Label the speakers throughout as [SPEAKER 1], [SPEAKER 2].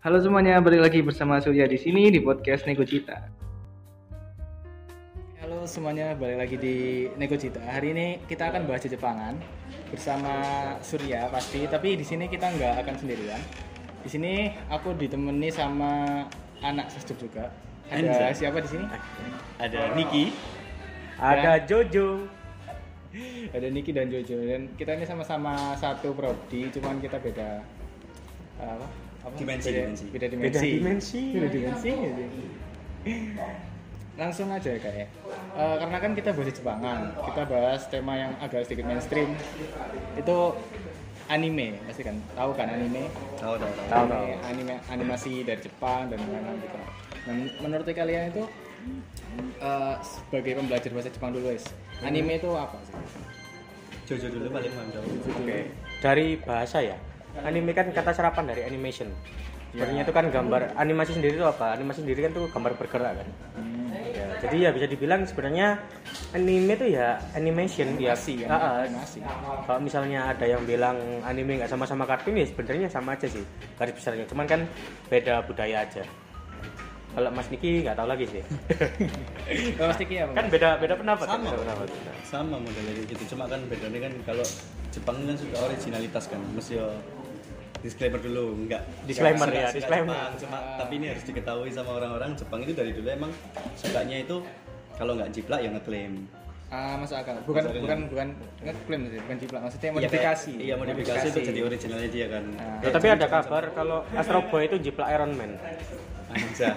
[SPEAKER 1] Halo semuanya, balik lagi bersama Surya di sini di podcast Nego Cita. Halo semuanya, balik lagi di Nego Cita. Hari ini kita akan bahas Jepangan bersama Surya pasti, tapi di sini kita nggak akan sendirian. Di sini aku ditemani sama anak sesduk juga. Ada
[SPEAKER 2] Anjay.
[SPEAKER 1] siapa di sini?
[SPEAKER 2] Ada Niki,
[SPEAKER 1] Ada
[SPEAKER 2] Jojo.
[SPEAKER 1] Ada Niki dan Jojo dan kita ini sama-sama satu prodi, cuman kita beda apa? apa?
[SPEAKER 2] Dimensi,
[SPEAKER 1] beda,
[SPEAKER 2] dimensi.
[SPEAKER 1] Beda dimensi.
[SPEAKER 3] beda dimensi
[SPEAKER 1] Beda dimensi. gitu. Langsung aja ya, kak ya. Eh, karena kan kita bahas Jepangan, kita bahas tema yang agak sedikit mainstream. Itu anime, pasti kan tahu kan anime?
[SPEAKER 2] Tahu tahu
[SPEAKER 1] tahu anime animasi dari Jepang dan lain-lain gitu. Nah, men- menurut kalian itu eh, sebagai pembelajar bahasa Jepang dulu guys, anime itu apa sih?
[SPEAKER 2] Jojo dulu paling mantap.
[SPEAKER 1] Oke.
[SPEAKER 3] dari bahasa ya anime kan kata serapan dari animation
[SPEAKER 1] Ya.
[SPEAKER 3] sebenarnya itu kan gambar animasi sendiri itu apa animasi sendiri kan tuh gambar bergerak kan Ya, jadi ya bisa dibilang sebenarnya anime itu ya animation
[SPEAKER 1] Animasi, ya,
[SPEAKER 3] ya, Ah, ah.
[SPEAKER 1] animasi.
[SPEAKER 3] kalau misalnya ada yang bilang anime nggak sama sama kartun ya sebenarnya sama aja sih garis besarnya cuman kan beda budaya aja kalau Mas Niki nggak tahu lagi sih
[SPEAKER 1] Kalau Mas Tiki Eh, apa?
[SPEAKER 3] kan beda beda pendapat ya,
[SPEAKER 2] Sama.
[SPEAKER 3] beda pendapat.
[SPEAKER 2] Sama modelnya kayak gitu, cuma kan bedanya kan kalau Jepang kan suka originalitas kan, mesti ya disclaimer dulu, enggak
[SPEAKER 3] Disclaimer
[SPEAKER 2] Suka-
[SPEAKER 3] ya,
[SPEAKER 2] suka
[SPEAKER 3] disclaimer.
[SPEAKER 2] Jepang, cuma tapi ini harus diketahui sama orang-orang Jepang itu dari dulu emang sukanya itu kalau nggak jiplak ya ngeklaim.
[SPEAKER 1] Ah, masuk akal. Bukan
[SPEAKER 2] Maksudnya-
[SPEAKER 1] bukan bukan ngeklaim sih, bukan jiplak. Maksudnya
[SPEAKER 2] Iya, kayak-
[SPEAKER 1] modifikasi.
[SPEAKER 2] Iya, modifikasi itu jadi originalnya dia kan.
[SPEAKER 1] Ah.
[SPEAKER 3] Loh, tapi ada kabar kalau Astro Boy itu jiplak Iron Man
[SPEAKER 2] Anjay.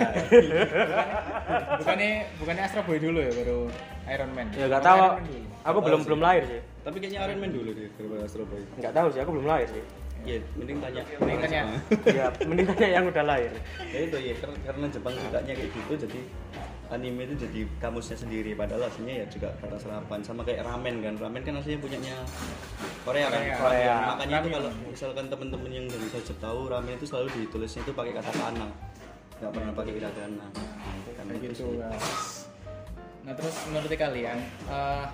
[SPEAKER 1] Bukannya bukannya Astro Boy dulu ya baru Iron Man.
[SPEAKER 3] ya nggak
[SPEAKER 1] Bukan
[SPEAKER 3] tahu
[SPEAKER 1] Iron Man dulu.
[SPEAKER 3] aku belum belum lahir sih
[SPEAKER 2] Tapi kayaknya Iron Man dulu dia daripada Astro Boy.
[SPEAKER 3] nggak tahu sih aku belum lahir sih
[SPEAKER 2] Iya, mending tanya.
[SPEAKER 1] Mending tanya.
[SPEAKER 3] ya mending tanya yang udah lahir
[SPEAKER 2] ya itu ya kar- karena Jepang sukanya kayak gitu jadi anime itu jadi kamusnya sendiri padahal aslinya ya juga kata serapan sama kayak ramen kan ramen kan aslinya punyanya Korea kan
[SPEAKER 1] Korea.
[SPEAKER 3] Korea.
[SPEAKER 2] makanya itu
[SPEAKER 1] Ramen.
[SPEAKER 2] kalau misalkan temen-temen yang dari Sosep tahu ramen itu selalu ditulisnya itu pakai kata kana nggak pernah pakai hiragana karena
[SPEAKER 1] Kayak
[SPEAKER 2] itu
[SPEAKER 1] gitu
[SPEAKER 2] sih.
[SPEAKER 1] guys. Nah terus menurut kalian eh,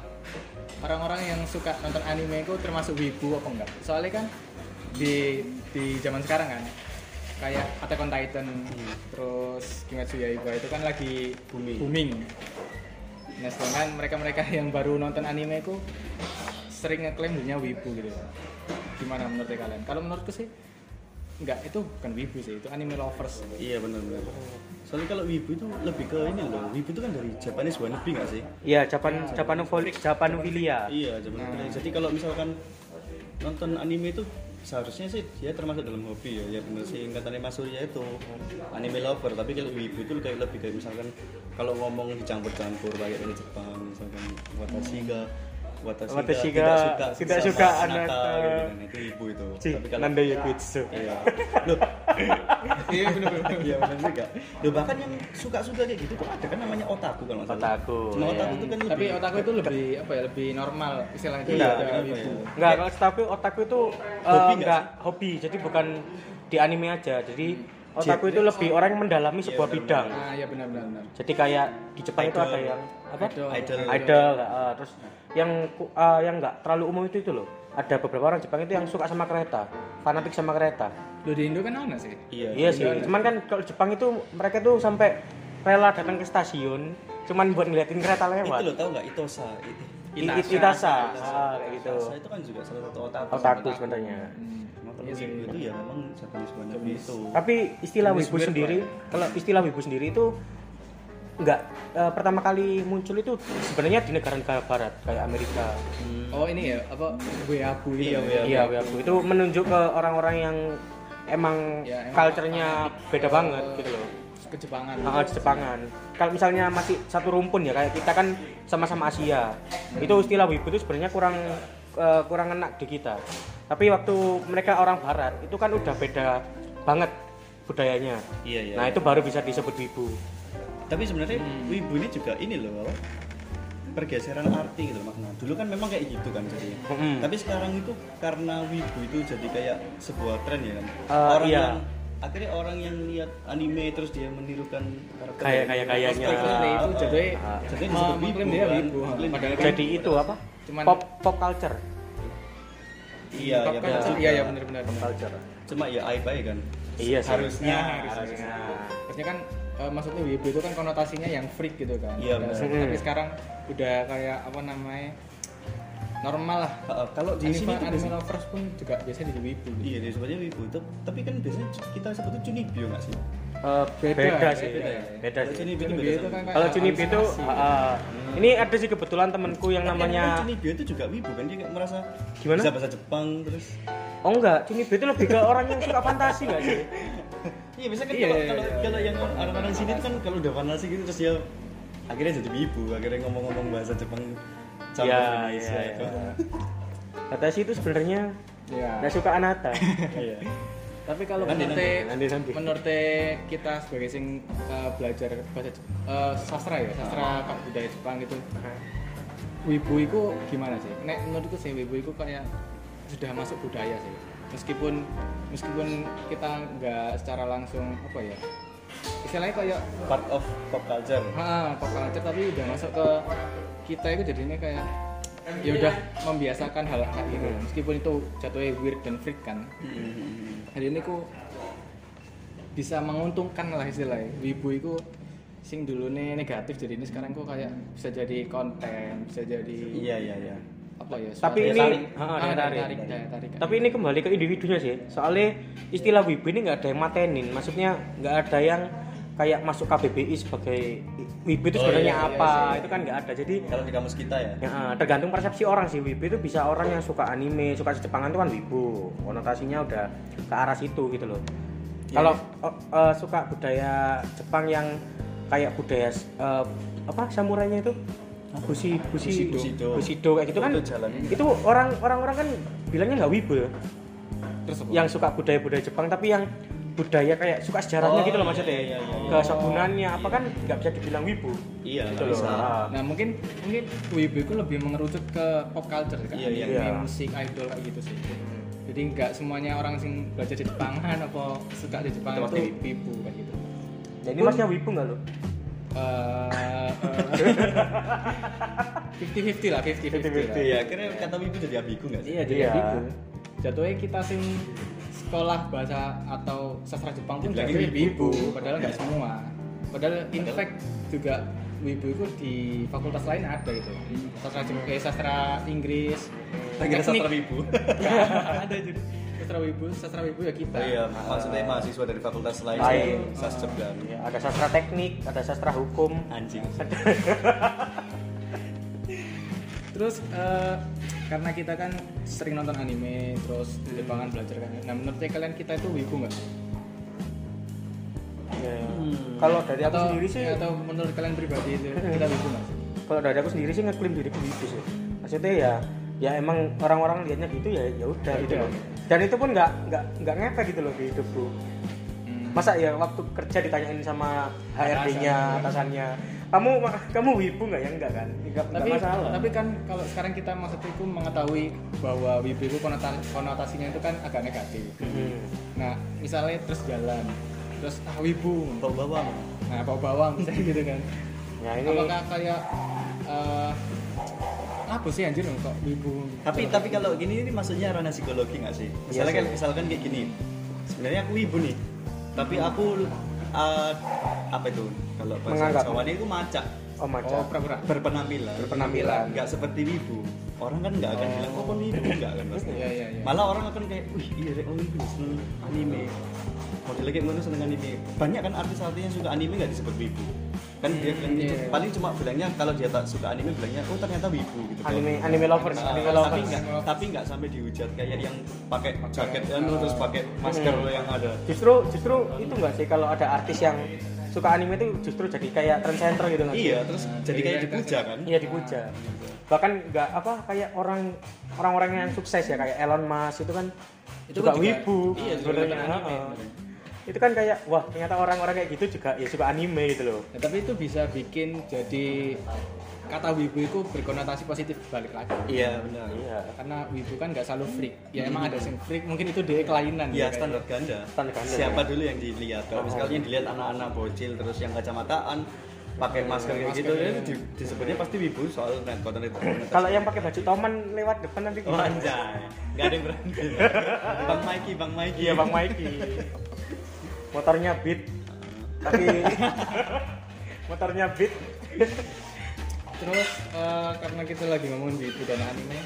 [SPEAKER 1] orang-orang yang suka nonton anime itu termasuk wibu apa enggak? Soalnya kan di di zaman sekarang kan kayak Attack on Titan terus Kimetsu ya Yaiba itu kan lagi
[SPEAKER 2] Hmm. Booming.
[SPEAKER 1] booming. Nah sedangkan mereka-mereka yang baru nonton anime itu sering ngeklaim dirinya wibu gitu. Gimana menurut kalian? Kalau menurutku sih enggak itu bukan wibu sih itu anime lovers.
[SPEAKER 2] iya benar-benar soalnya kalau wibu itu lebih ke ini loh wibu itu kan dari Japanese wannabe nggak sih
[SPEAKER 3] Iya, Japan Japanophilic, Japanophilia.
[SPEAKER 2] Iya, zaman dulu. Jadi kalau misalkan nonton anime itu seharusnya sih dia termasuk dalam hobi ya. Ya benar sih katanya Mas Surya itu anime lover, tapi kalau wibu itu kayak lebih kayak misalkan kalau ngomong dicampur-campur kayak dari Jepang misalkan watashi ga watashi, ga
[SPEAKER 3] Watashi ga
[SPEAKER 2] tidak suka
[SPEAKER 3] tidak
[SPEAKER 2] sama
[SPEAKER 3] suka
[SPEAKER 2] Hinata,
[SPEAKER 3] anak-
[SPEAKER 2] gitu kan. itu ibu itu.
[SPEAKER 3] Cih,
[SPEAKER 2] Tapi kalau
[SPEAKER 3] Nanda Yakutsu.
[SPEAKER 2] iya. Loh,
[SPEAKER 1] Iya benar.
[SPEAKER 2] Iya benar juga. Loh bahkan yang suka-suka kayak gitu tuh ada kan namanya otaku kalau nggak salah.
[SPEAKER 3] Otaku,
[SPEAKER 2] Cuma
[SPEAKER 3] iya.
[SPEAKER 2] otaku itu kan
[SPEAKER 1] tapi
[SPEAKER 2] lebih-
[SPEAKER 1] otakku itu lebih apa ya lebih normal istilahnya
[SPEAKER 2] Iya,
[SPEAKER 1] Tidak ada
[SPEAKER 2] lebih apa ya?
[SPEAKER 1] wibu.
[SPEAKER 3] Enggak, kalau tapi otakku itu eh,
[SPEAKER 2] Hobi nggak
[SPEAKER 3] enggak hobi. Jadi bukan di anime aja. Jadi otakku itu lebih orang yang mendalami sebuah bidang.
[SPEAKER 1] ah ya benar benar benar
[SPEAKER 3] Jadi kayak di Jepang itu ada yang apa?
[SPEAKER 1] Idol.
[SPEAKER 2] Idol.
[SPEAKER 3] Idol, eh, terus yang ku- eh, yang enggak terlalu umum itu itu loh. Ada beberapa orang Jepang itu yang suka sama kereta, fanatik sama kereta.
[SPEAKER 1] lo di Indo kan ada sih
[SPEAKER 2] Iya.
[SPEAKER 3] Iya sih. Cuman kan kalau Jepang itu mereka tuh sampai rela datang ke stasiun cuman buat ngeliatin kereta
[SPEAKER 2] Itu
[SPEAKER 3] lewat.
[SPEAKER 2] lo tau nggak Itosa? Itu.
[SPEAKER 3] Itasa,
[SPEAKER 1] Itasa.
[SPEAKER 3] Itasa. Ah, kayak gitu.
[SPEAKER 2] Itosa itu kan juga salah satu otaku.
[SPEAKER 3] Otaku Iya. sebenarnya.
[SPEAKER 2] Cuma kalau wibu itu ya memang Japanese Gitu. wannabe itu.
[SPEAKER 3] Tapi istilah
[SPEAKER 1] Jenis
[SPEAKER 3] wibu
[SPEAKER 1] weird
[SPEAKER 3] sendiri, kalau istilah wibu sendiri itu nggak eh, pertama kali muncul itu sebenarnya di negara-negara barat kayak Amerika.
[SPEAKER 1] oh ini ya apa weabu itu
[SPEAKER 2] Hmm. Iya,
[SPEAKER 1] ya?
[SPEAKER 2] iya.
[SPEAKER 3] Iya, wibu itu menunjuk ke orang-orang yang emang
[SPEAKER 1] Ya, emang
[SPEAKER 3] culture-nya beda banget gitu loh.
[SPEAKER 1] kejepangan
[SPEAKER 3] Nah,
[SPEAKER 2] Ah,
[SPEAKER 3] di Jepangan. Kalau misalnya masih satu rumpun ya kayak kita kan sama-sama Asia.
[SPEAKER 1] Hmm.
[SPEAKER 3] Itu istilah wibu itu sebenarnya kurang eh, kurang enak di kita. Tapi waktu mereka orang barat itu kan udah beda banget budayanya.
[SPEAKER 2] Iya, iya.
[SPEAKER 3] Nah, itu baru bisa disebut wibu.
[SPEAKER 2] Tapi sebenarnya
[SPEAKER 3] Hmm.
[SPEAKER 2] wibu ini juga ini loh apa? pergeseran arti gitu loh makna. Dulu kan memang kayak gitu kan jadinya.
[SPEAKER 3] Mm-mm.
[SPEAKER 2] Tapi sekarang itu karena wibu itu jadi kayak sebuah tren ya kan.
[SPEAKER 3] Eh,
[SPEAKER 2] orang
[SPEAKER 3] iya.
[SPEAKER 2] yang akhirnya orang yang lihat anime terus dia menirukan karakter
[SPEAKER 3] Kayak-
[SPEAKER 2] dari-
[SPEAKER 3] kayak- kayaknya.
[SPEAKER 1] Cosplay itu jadi
[SPEAKER 3] Ah.
[SPEAKER 2] Jadi
[SPEAKER 1] me-
[SPEAKER 2] disebut
[SPEAKER 1] mengklaim
[SPEAKER 2] wibu,
[SPEAKER 1] dia
[SPEAKER 2] kan?
[SPEAKER 1] wibu
[SPEAKER 2] Mengklaim
[SPEAKER 1] padahal kan
[SPEAKER 3] Jadi itu apa?
[SPEAKER 1] Cuman-
[SPEAKER 3] pop pop culture.
[SPEAKER 2] Iya,
[SPEAKER 1] pop culture
[SPEAKER 2] iya
[SPEAKER 1] iya
[SPEAKER 2] benar
[SPEAKER 1] ya
[SPEAKER 2] juga. Iya.
[SPEAKER 1] benar benar benar.
[SPEAKER 3] Culture.
[SPEAKER 2] Cuma ya aib aja kan.
[SPEAKER 3] Iya sih.
[SPEAKER 1] harusnya
[SPEAKER 3] Harusnya.
[SPEAKER 1] harusnya harusnya kan eh, maksudnya wibu itu kan konotasinya yang freak gitu kan
[SPEAKER 2] Iya,
[SPEAKER 1] Udah-
[SPEAKER 3] benar.
[SPEAKER 1] tapi sekarang udah kayak apa namanya normal lah
[SPEAKER 2] Heeh, kalau di
[SPEAKER 1] anime,
[SPEAKER 2] sini tuh
[SPEAKER 1] anime
[SPEAKER 2] biasanya-
[SPEAKER 1] lovers pun juga biasanya jadi wibu gitu.
[SPEAKER 2] iya dia sebenarnya wibu itu tapi kan biasanya kita sebutnya cunibyo nggak sih
[SPEAKER 3] Eh, beda,
[SPEAKER 1] Beda
[SPEAKER 3] sih.
[SPEAKER 1] ya,
[SPEAKER 3] Beda sih.
[SPEAKER 2] Kalau Iya, cunibyo itu
[SPEAKER 1] Cunibyo
[SPEAKER 2] beda
[SPEAKER 1] itu
[SPEAKER 2] sama-
[SPEAKER 1] kan kayak
[SPEAKER 3] Kalau Junipi itu
[SPEAKER 1] halusinasi.
[SPEAKER 3] ah, ah. ini ada sih kebetulan temanku yang
[SPEAKER 2] Tapi kan
[SPEAKER 3] namanya
[SPEAKER 2] cunibyo itu juga wibu kan dia kayak merasa
[SPEAKER 3] Gimana?
[SPEAKER 2] bisa bahasa Jepang terus
[SPEAKER 3] Oh enggak, Junipi itu lebih ke orang yang suka fantasi enggak sih?
[SPEAKER 2] iya biasanya kan
[SPEAKER 1] Iya,
[SPEAKER 2] kalau
[SPEAKER 1] iya,
[SPEAKER 2] kalau
[SPEAKER 1] iya.
[SPEAKER 2] kalau yang orang-orang sini tuh kan kalau udah fantasi gitu terus dia akhirnya jadi wibu akhirnya ngomong-ngomong bahasa Jepang sama
[SPEAKER 3] Iya,
[SPEAKER 2] Indonesia
[SPEAKER 3] iya,
[SPEAKER 2] itu
[SPEAKER 3] iya. Kata sih itu sebenarnya
[SPEAKER 1] Iya.
[SPEAKER 3] enggak suka Anata.
[SPEAKER 2] iya
[SPEAKER 1] tapi kalau
[SPEAKER 2] Nanti,
[SPEAKER 1] menurut
[SPEAKER 2] nanti,
[SPEAKER 3] nanti, nanti.
[SPEAKER 1] menurut kita sebagai sing eh, belajar bahasa Jep- eh, sastra ya sastra budaya Jepang gitu wibu itu gimana sih nek menurutku sih wibu itu kayak sudah masuk budaya sih meskipun meskipun kita nggak secara langsung apa ya istilahnya kayak
[SPEAKER 2] part of pop culture
[SPEAKER 1] ah, pop culture tapi udah masuk ke kita itu jadinya kayak ya udah membiasakan hal hal itu meskipun itu jatuhnya weird dan freak kan
[SPEAKER 3] Hmm.
[SPEAKER 1] hari ini ku bisa menguntungkan lah istilahnya wibu itu sing dulu negatif jadi ini sekarang ku kayak bisa jadi konten bisa jadi
[SPEAKER 2] iya iya iya
[SPEAKER 1] apa ya suatu-
[SPEAKER 3] Tapi
[SPEAKER 2] Daya
[SPEAKER 3] ini
[SPEAKER 2] tarik.
[SPEAKER 3] Ah, ah,
[SPEAKER 1] Ah,
[SPEAKER 3] daya
[SPEAKER 1] daya
[SPEAKER 3] tarik.
[SPEAKER 1] tarik, daya tarik.
[SPEAKER 3] Tapi ini kembali ke individunya sih. Soalnya istilah wibu ini nggak ada yang matenin. Maksudnya nggak ada yang kayak masuk KBBI sebagai wibu itu
[SPEAKER 2] Oh,
[SPEAKER 3] sebenarnya
[SPEAKER 2] iya,
[SPEAKER 1] iya,
[SPEAKER 3] apa?
[SPEAKER 1] iya.
[SPEAKER 3] Itu kan nggak ada. Jadi
[SPEAKER 2] kalau di kamus kita ya
[SPEAKER 3] ya, eh, tergantung persepsi orang sih. Wibu itu bisa orang yang suka anime, suka Jepangan itu kan wibu. Konotasinya udah ke arah situ gitu loh.
[SPEAKER 2] Iya,
[SPEAKER 3] Kalau eh, eh, suka budaya Jepang yang kayak budaya eh, apa samurainya itu? Busi, busi,
[SPEAKER 2] Bushido.
[SPEAKER 3] Bushido kayak gitu kan
[SPEAKER 2] Itu jalannya. ya.
[SPEAKER 3] itu orang orang orang kan bilangnya nggak wibu ya
[SPEAKER 1] terus apa?
[SPEAKER 3] yang suka budaya-budaya Jepang tapi yang budaya kayak suka sejarahnya
[SPEAKER 2] Oh,
[SPEAKER 3] gitu loh
[SPEAKER 2] iya,
[SPEAKER 3] maksudnya
[SPEAKER 2] iya, iya.
[SPEAKER 3] kesagunannya apa kan nggak bisa dibilang wibu
[SPEAKER 2] iya
[SPEAKER 3] gitu
[SPEAKER 2] nggak
[SPEAKER 3] loh
[SPEAKER 2] bisa
[SPEAKER 3] Ah.
[SPEAKER 1] nah mungkin mungkin wibu itu lebih mengerucut ke pop culture kan
[SPEAKER 2] Iya, iya.
[SPEAKER 1] Anime,
[SPEAKER 3] Iya.
[SPEAKER 1] musik idol kayak gitu sih jadi nggak semuanya orang sing belajar di Jepangan apa suka di Jepang
[SPEAKER 2] Itu
[SPEAKER 1] itu
[SPEAKER 2] pasti
[SPEAKER 1] wibu kayak gitu
[SPEAKER 3] jadi ini masnya wibu nggak lo
[SPEAKER 1] Eh, fifty fifty lah fifty fifty
[SPEAKER 2] iya akhirnya kata wibu jadi abiku nggak sih
[SPEAKER 1] Iya, jadi
[SPEAKER 3] Iya.
[SPEAKER 1] wibu. Jatuhnya kita sing sekolah bahasa atau sastra Jepang pun
[SPEAKER 2] Dibilangin
[SPEAKER 1] jatuhnya
[SPEAKER 2] wibu.
[SPEAKER 1] wibu, padahal nggak semua. Padahal in
[SPEAKER 2] Padahal-
[SPEAKER 1] fact juga wibu itu di fakultas lain ada gitu. Sastra Jepang, eh, sastra Inggris, teknik. Nah.
[SPEAKER 2] akhirnya sastra wibu
[SPEAKER 1] ada juga. Sastra wibu, sastra wibu ya kita.
[SPEAKER 2] iya maksudnya mahasiswa dari fakultas lain
[SPEAKER 3] Lain.
[SPEAKER 2] sastra dan
[SPEAKER 3] Ya, ada sastra teknik ada sastra hukum
[SPEAKER 2] anjing
[SPEAKER 1] Terus eh, karena kita kan sering nonton anime, terus
[SPEAKER 2] Hmm.
[SPEAKER 1] Jepangan belajar kan. Nah menurutnya kalian kita itu wibu nggak?
[SPEAKER 3] Ya. kalau dari
[SPEAKER 2] Ya,
[SPEAKER 3] aku
[SPEAKER 1] Atau, ya,
[SPEAKER 3] sendiri sih
[SPEAKER 1] atau menurut kalian pribadi itu kita wibu nggak? sih?
[SPEAKER 3] kalau dari aku sendiri sih ngeklaim diriku wibu sih maksudnya ya ya emang orang-orang liatnya gitu ya ya udah gitu
[SPEAKER 1] udah.
[SPEAKER 3] loh dan itu pun nggak nggak nggak ngefek gitu loh di hidupku
[SPEAKER 1] Hmm.
[SPEAKER 3] masa ya waktu kerja ditanyain sama
[SPEAKER 1] Atasan.
[SPEAKER 3] HRD-nya atasannya kamu kamu wibu nggak ya enggak kan enggak,
[SPEAKER 1] tapi
[SPEAKER 3] masalah
[SPEAKER 1] tapi kan kalau sekarang kita maksudnya itu mengetahui bahwa wibu itu konota- konotasinya itu kan agak negatif
[SPEAKER 3] Hmm.
[SPEAKER 1] nah misalnya terus jalan terus ah wibu
[SPEAKER 2] bau bawang
[SPEAKER 1] nah bau bawang misalnya gitu kan
[SPEAKER 3] nah ini
[SPEAKER 1] apakah kayak eh apa sih anjir kok wibu
[SPEAKER 2] tapi tapi kalau gini ini maksudnya ranah psikologi nggak sih misalnya
[SPEAKER 3] Iya sih.
[SPEAKER 2] kan misalkan kayak gini sebenarnya aku wibu nih tapi aku uh, apa itu kalau bahasa
[SPEAKER 3] Menganggap.
[SPEAKER 2] Jawa itu macak
[SPEAKER 3] oh maca
[SPEAKER 1] oh pura-pura
[SPEAKER 2] berpenampilan
[SPEAKER 3] Berpenampilan.
[SPEAKER 2] nggak seperti wibu orang kan nggak akan
[SPEAKER 1] Oh.
[SPEAKER 2] bilang oh kan wibu nggak kan pasti
[SPEAKER 1] Iya, iya, iya.
[SPEAKER 2] malah orang akan kayak wih iya Rek, oh wibu seneng anime modelnya kayak mana seneng anime banyak kan artis-artis yang suka anime nggak disebut wibu kan dia bilang gitu.
[SPEAKER 1] Iya.
[SPEAKER 2] paling cuma bilangnya kalau dia tak suka anime bilangnya oh ternyata wibu gitu doang.
[SPEAKER 3] anime anime lovers
[SPEAKER 2] Ah,
[SPEAKER 3] anime
[SPEAKER 2] tapi
[SPEAKER 3] lovers
[SPEAKER 2] nggak tapi nggak sampai dihujat kayak yang pakai jaket anu terus pakai masker yang ada
[SPEAKER 3] justru justru itu enggak sih kalau ada artis yang suka anime itu justru jadi kayak trend center gitu nggak sih?
[SPEAKER 2] iya terus jadi kayak dipuja kan
[SPEAKER 3] Iya dipuja. Bahkan nggak apa kayak orang orang-orang yang sukses ya kayak Elon Musk itu kan
[SPEAKER 1] Itu
[SPEAKER 3] juga
[SPEAKER 1] kan juga-
[SPEAKER 3] wibu.
[SPEAKER 2] iya, juga
[SPEAKER 3] sebenarnya.
[SPEAKER 2] nonton anime,
[SPEAKER 3] Heeh.
[SPEAKER 2] sebenarnya.
[SPEAKER 3] Itu kan kayak wah ternyata orang-orang kayak gitu juga ya suka anime gitu loh.
[SPEAKER 1] Nah, tapi itu bisa bikin jadi kata wibu itu berkonotasi positif balik lagi
[SPEAKER 2] iya benar
[SPEAKER 3] Iya.
[SPEAKER 1] karena wibu kan nggak selalu freak ya
[SPEAKER 3] Hmm.
[SPEAKER 1] emang ada sing freak mungkin itu dia kelainan
[SPEAKER 2] Iya
[SPEAKER 1] ya, kayak-
[SPEAKER 2] standar ganda.
[SPEAKER 3] Standar ganda,
[SPEAKER 2] Siapa dulu yang dilihat? Kalau misalnya yang dilihat anak-anak bocil terus yang kacamataan, pakai masker kayak
[SPEAKER 1] Masker,
[SPEAKER 2] gitu, ya
[SPEAKER 1] iya.
[SPEAKER 2] itu di- disebutnya pasti wibu soal net konten itu.
[SPEAKER 3] Kalau yang pakai baju toman lewat depan nanti
[SPEAKER 2] Oh,
[SPEAKER 3] gimana?
[SPEAKER 2] anjay, nggak ada yang berani. Bang Mikey, Bang Mikey.
[SPEAKER 3] Iya Bang Maiki. motornya beat tapi motornya beat
[SPEAKER 1] Terus eh, karena kita lagi ngomongin gitu dan anime,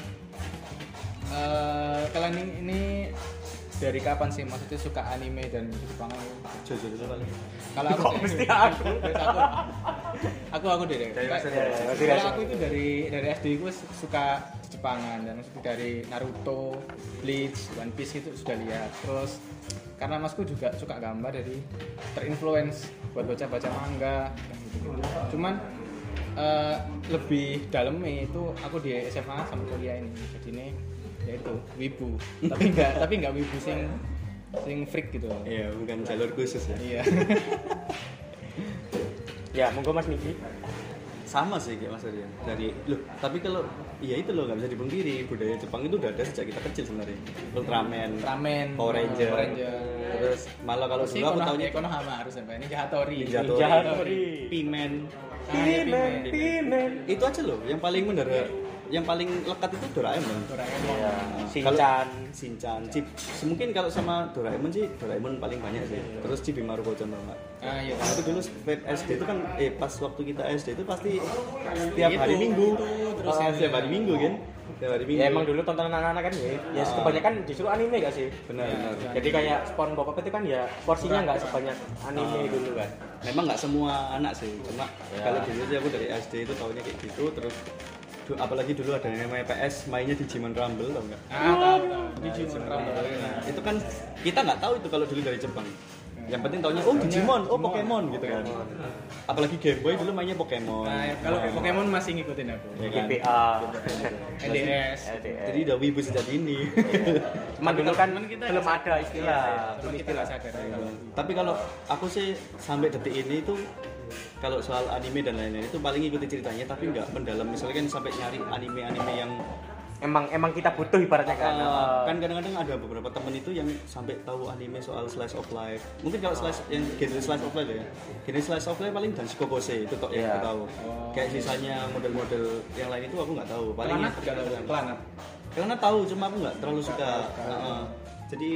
[SPEAKER 1] eh, kalian ini- ini dari kapan sih maksudnya suka anime dan Jepang?
[SPEAKER 2] Jojo itu paling.
[SPEAKER 1] Kalau aku
[SPEAKER 3] kok
[SPEAKER 1] sih-
[SPEAKER 3] mesti aku
[SPEAKER 1] Terus aku aku aku deh. deh.
[SPEAKER 2] Dari
[SPEAKER 1] Kayak-
[SPEAKER 2] masa
[SPEAKER 3] Ya, ya, mesti
[SPEAKER 1] Kalau
[SPEAKER 3] kasih.
[SPEAKER 1] aku itu dari dari SD gue suka Jepangan dan maksudnya dari Naruto, Bleach, One Piece itu sudah lihat. Terus karena masku juga suka gambar dari terinfluence buat baca-baca manga kayak gitu-gitu. Cuman eh, lebih dalamnya itu aku di SMA sampai kuliah ini. Jadi ini yaitu wibu. Tapi enggak tapi enggak wibu sing sing freak gitu. loh.
[SPEAKER 2] Iya, bukan jalur khusus ya.
[SPEAKER 1] Iya.
[SPEAKER 3] ya monggo mas Niki
[SPEAKER 2] sama sih kayak Mas Arya dari loh tapi kalau iya itu loh nggak bisa dipungkiri budaya Jepang itu udah ada sejak kita kecil sebenarnya Ultraman,
[SPEAKER 1] Ultraman,
[SPEAKER 2] Power Ranger,
[SPEAKER 1] Power Ranger.
[SPEAKER 2] terus malah kalau
[SPEAKER 1] Si
[SPEAKER 2] dulu aku
[SPEAKER 1] Konoha-
[SPEAKER 2] tahunya
[SPEAKER 1] eh, Konohama harus apa? Ninja Hattori.
[SPEAKER 2] Ninja Hattori.
[SPEAKER 3] Ninja Hattori.
[SPEAKER 2] Pimen
[SPEAKER 1] Tangannya Pimen.
[SPEAKER 3] pimen
[SPEAKER 2] itu aja loh yang paling mendera yang paling lekat itu Doraemon
[SPEAKER 1] Doraemon.
[SPEAKER 3] ya
[SPEAKER 2] Nah,
[SPEAKER 3] Shinchan
[SPEAKER 2] kalau- Shinchan Chip mungkin kalau sama Doraemon sih Doraemon paling banyak sih terus Chibimaru Kojon tau nggak
[SPEAKER 1] Ah iya.
[SPEAKER 2] Nah, itu dulu vape SD itu kan eh pas waktu kita SD itu pasti setiap
[SPEAKER 1] Itu,
[SPEAKER 3] Gitu,
[SPEAKER 2] hari Minggu.
[SPEAKER 1] itu, terus
[SPEAKER 2] Ah,
[SPEAKER 1] yang-
[SPEAKER 2] setiap hari Minggu kan. Setiap hari Minggu.
[SPEAKER 3] ya emang dulu tontonan anak-anak kan ya ya
[SPEAKER 2] Ah.
[SPEAKER 3] kebanyakan disuruh anime gak sih
[SPEAKER 2] benar
[SPEAKER 1] Ya,
[SPEAKER 2] benar.
[SPEAKER 1] jangan.
[SPEAKER 3] jadi kayak SpongeBob itu kan ya porsinya nggak sebanyak
[SPEAKER 2] Ah.
[SPEAKER 3] anime dulu kan
[SPEAKER 2] Memang nggak semua anak sih, cuma
[SPEAKER 3] Ya.
[SPEAKER 2] kalau dulu sih aku dari SD itu tahunya kayak gitu terus du- apalagi dulu ada yang namanya PS mainnya Digimon Rumble tau nggak?
[SPEAKER 1] Ah tahu tahu. Digimon Rumble.
[SPEAKER 2] Nah, itu kan kita nggak tahu itu kalau dulu dari Jepang. Yang penting tahunya oh
[SPEAKER 1] Taunya
[SPEAKER 2] Digimon, oh
[SPEAKER 1] Digimon.
[SPEAKER 2] Pokemon gitu kan. Apalagi Game Boy dulu mainnya Pokemon.
[SPEAKER 1] Nah, kalau Pokemon masih ngikutin aku.
[SPEAKER 2] Ya kan?
[SPEAKER 3] GBA
[SPEAKER 2] Iya.
[SPEAKER 1] NDS.
[SPEAKER 3] LDR.
[SPEAKER 2] Jadi udah wibu sejak dini.
[SPEAKER 3] Cuman dulu kan
[SPEAKER 1] Cuman kita
[SPEAKER 3] belum
[SPEAKER 1] nggak
[SPEAKER 3] ada istilah
[SPEAKER 2] Iya,
[SPEAKER 1] Cuma
[SPEAKER 3] belum
[SPEAKER 1] kita
[SPEAKER 3] istilah
[SPEAKER 1] nggak sadar kalau
[SPEAKER 2] Tapi kalau aku sih sampai detik ini itu kalau soal anime dan lain-lain itu paling ngikutin ceritanya tapi nggak mendalam misalnya kan sampai nyari anime-anime yang
[SPEAKER 3] emang emang kita butuh ibaratnya kan
[SPEAKER 2] uh, kan kadang-kadang ada beberapa temen itu yang sampai tahu anime soal slice of life mungkin kalau slice yang genre slice of life ya genre slice of life paling dan psikopose itu tok yang
[SPEAKER 3] Iya.
[SPEAKER 2] aku tahu kayak sisanya model-model yang lain itu aku nggak tahu paling
[SPEAKER 1] Planet juga tahu. Planet.
[SPEAKER 2] karena tahu cuma aku nggak terlalu suka Heeh. jadi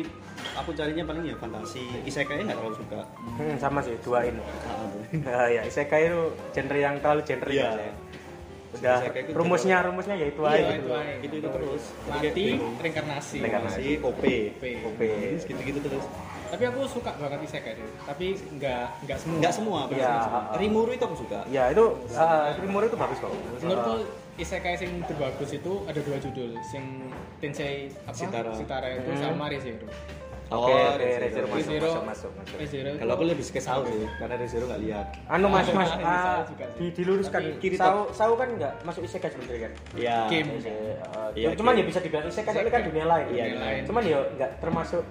[SPEAKER 2] aku carinya paling ya fantasi isekai nggak terlalu suka
[SPEAKER 3] Hmm, sama sih dua ini
[SPEAKER 2] Heeh.
[SPEAKER 3] Nah, ya isekai itu genre yang terlalu genre
[SPEAKER 2] Iya.
[SPEAKER 3] ya. udah
[SPEAKER 2] Isekai itu
[SPEAKER 3] rumusnya rumusnya ya itu aja
[SPEAKER 2] Iya,
[SPEAKER 3] gitu
[SPEAKER 2] itu aja. Itu itu terus.
[SPEAKER 1] Mati
[SPEAKER 2] gitu.
[SPEAKER 1] reinkarnasi.
[SPEAKER 3] Reinkarnasi.
[SPEAKER 2] si OP.
[SPEAKER 1] OP.
[SPEAKER 3] OP.
[SPEAKER 2] Gitu-gitu terus.
[SPEAKER 1] Tapi aku suka banget isekai dulu. Tapi nggak nggak semua.
[SPEAKER 2] Enggak semua,
[SPEAKER 3] Iya.
[SPEAKER 2] enggak semua. Rimuru itu aku suka.
[SPEAKER 3] ya itu uh, Rimuru itu bagus kok
[SPEAKER 1] Menurutku isekai sing terbagus itu ada dua judul, sing Tensei apa?
[SPEAKER 2] Sitara. Hmm.
[SPEAKER 1] itu sama Rezero.
[SPEAKER 3] oke oke
[SPEAKER 2] Oh, Rezero.
[SPEAKER 3] Rezero masuk
[SPEAKER 1] Rezero.
[SPEAKER 3] masuk masuk masuk
[SPEAKER 1] Rezero. itu-
[SPEAKER 2] Kalau aku lebih suka Sao sih, karena Rezero nggak lihat.
[SPEAKER 3] anu mas mas
[SPEAKER 1] Ini
[SPEAKER 3] ah,
[SPEAKER 1] salah juga sih.
[SPEAKER 3] di, diluruskan
[SPEAKER 1] Tapi kiri
[SPEAKER 3] kiri sau sau kan nggak masuk isekai sebenarnya kan
[SPEAKER 2] Iya.
[SPEAKER 1] Game.
[SPEAKER 3] Eh,
[SPEAKER 2] Iya,
[SPEAKER 3] cuman
[SPEAKER 2] iya.
[SPEAKER 3] ya bisa dibilang isekai soalnya kan dunia lain
[SPEAKER 1] Dunia
[SPEAKER 3] Iya.
[SPEAKER 1] lain.
[SPEAKER 3] cuman ya nggak termasuk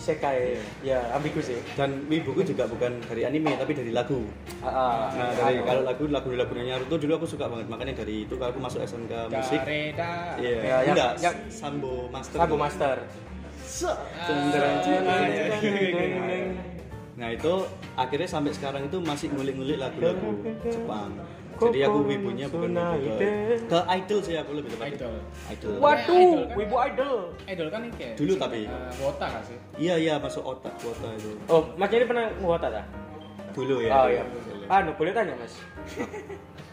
[SPEAKER 3] isekai ya ambigu sih
[SPEAKER 2] Dan wibuku juga bukan dari anime tapi dari lagu.
[SPEAKER 3] Ah, ah.
[SPEAKER 2] Nah, dari kalau lagu lagu lagu Naruto dulu aku suka banget. Makanya dari itu kalau aku masuk SMK musik.
[SPEAKER 1] Dareda.
[SPEAKER 2] Iya,
[SPEAKER 3] Ya, yang-
[SPEAKER 2] enggak,
[SPEAKER 3] yang-
[SPEAKER 2] Sambo Master.
[SPEAKER 3] lagu master nah,
[SPEAKER 2] Se-
[SPEAKER 1] Ah,
[SPEAKER 2] Cenderang
[SPEAKER 1] Iya,
[SPEAKER 2] cenderang. Nah itu akhirnya sampai sekarang itu masih ngulik-ngulik lagu-lagu Jepang. Jadi aku wibunya bukan wibu ke, ke idol sih aku lebih tepat.
[SPEAKER 1] Idol.
[SPEAKER 2] Idol.
[SPEAKER 3] Waduh, Wibu Idol.
[SPEAKER 1] Idol kan ini kayak
[SPEAKER 2] Dulu tapi.
[SPEAKER 1] eh, wota kan sih.
[SPEAKER 2] Iya iya masuk otak kuota itu.
[SPEAKER 3] Oh, Mas Jadi pernah ngewota tak?
[SPEAKER 2] Dulu ya.
[SPEAKER 3] Oh iya.
[SPEAKER 2] Dulu.
[SPEAKER 3] Anu, boleh tanya Mas.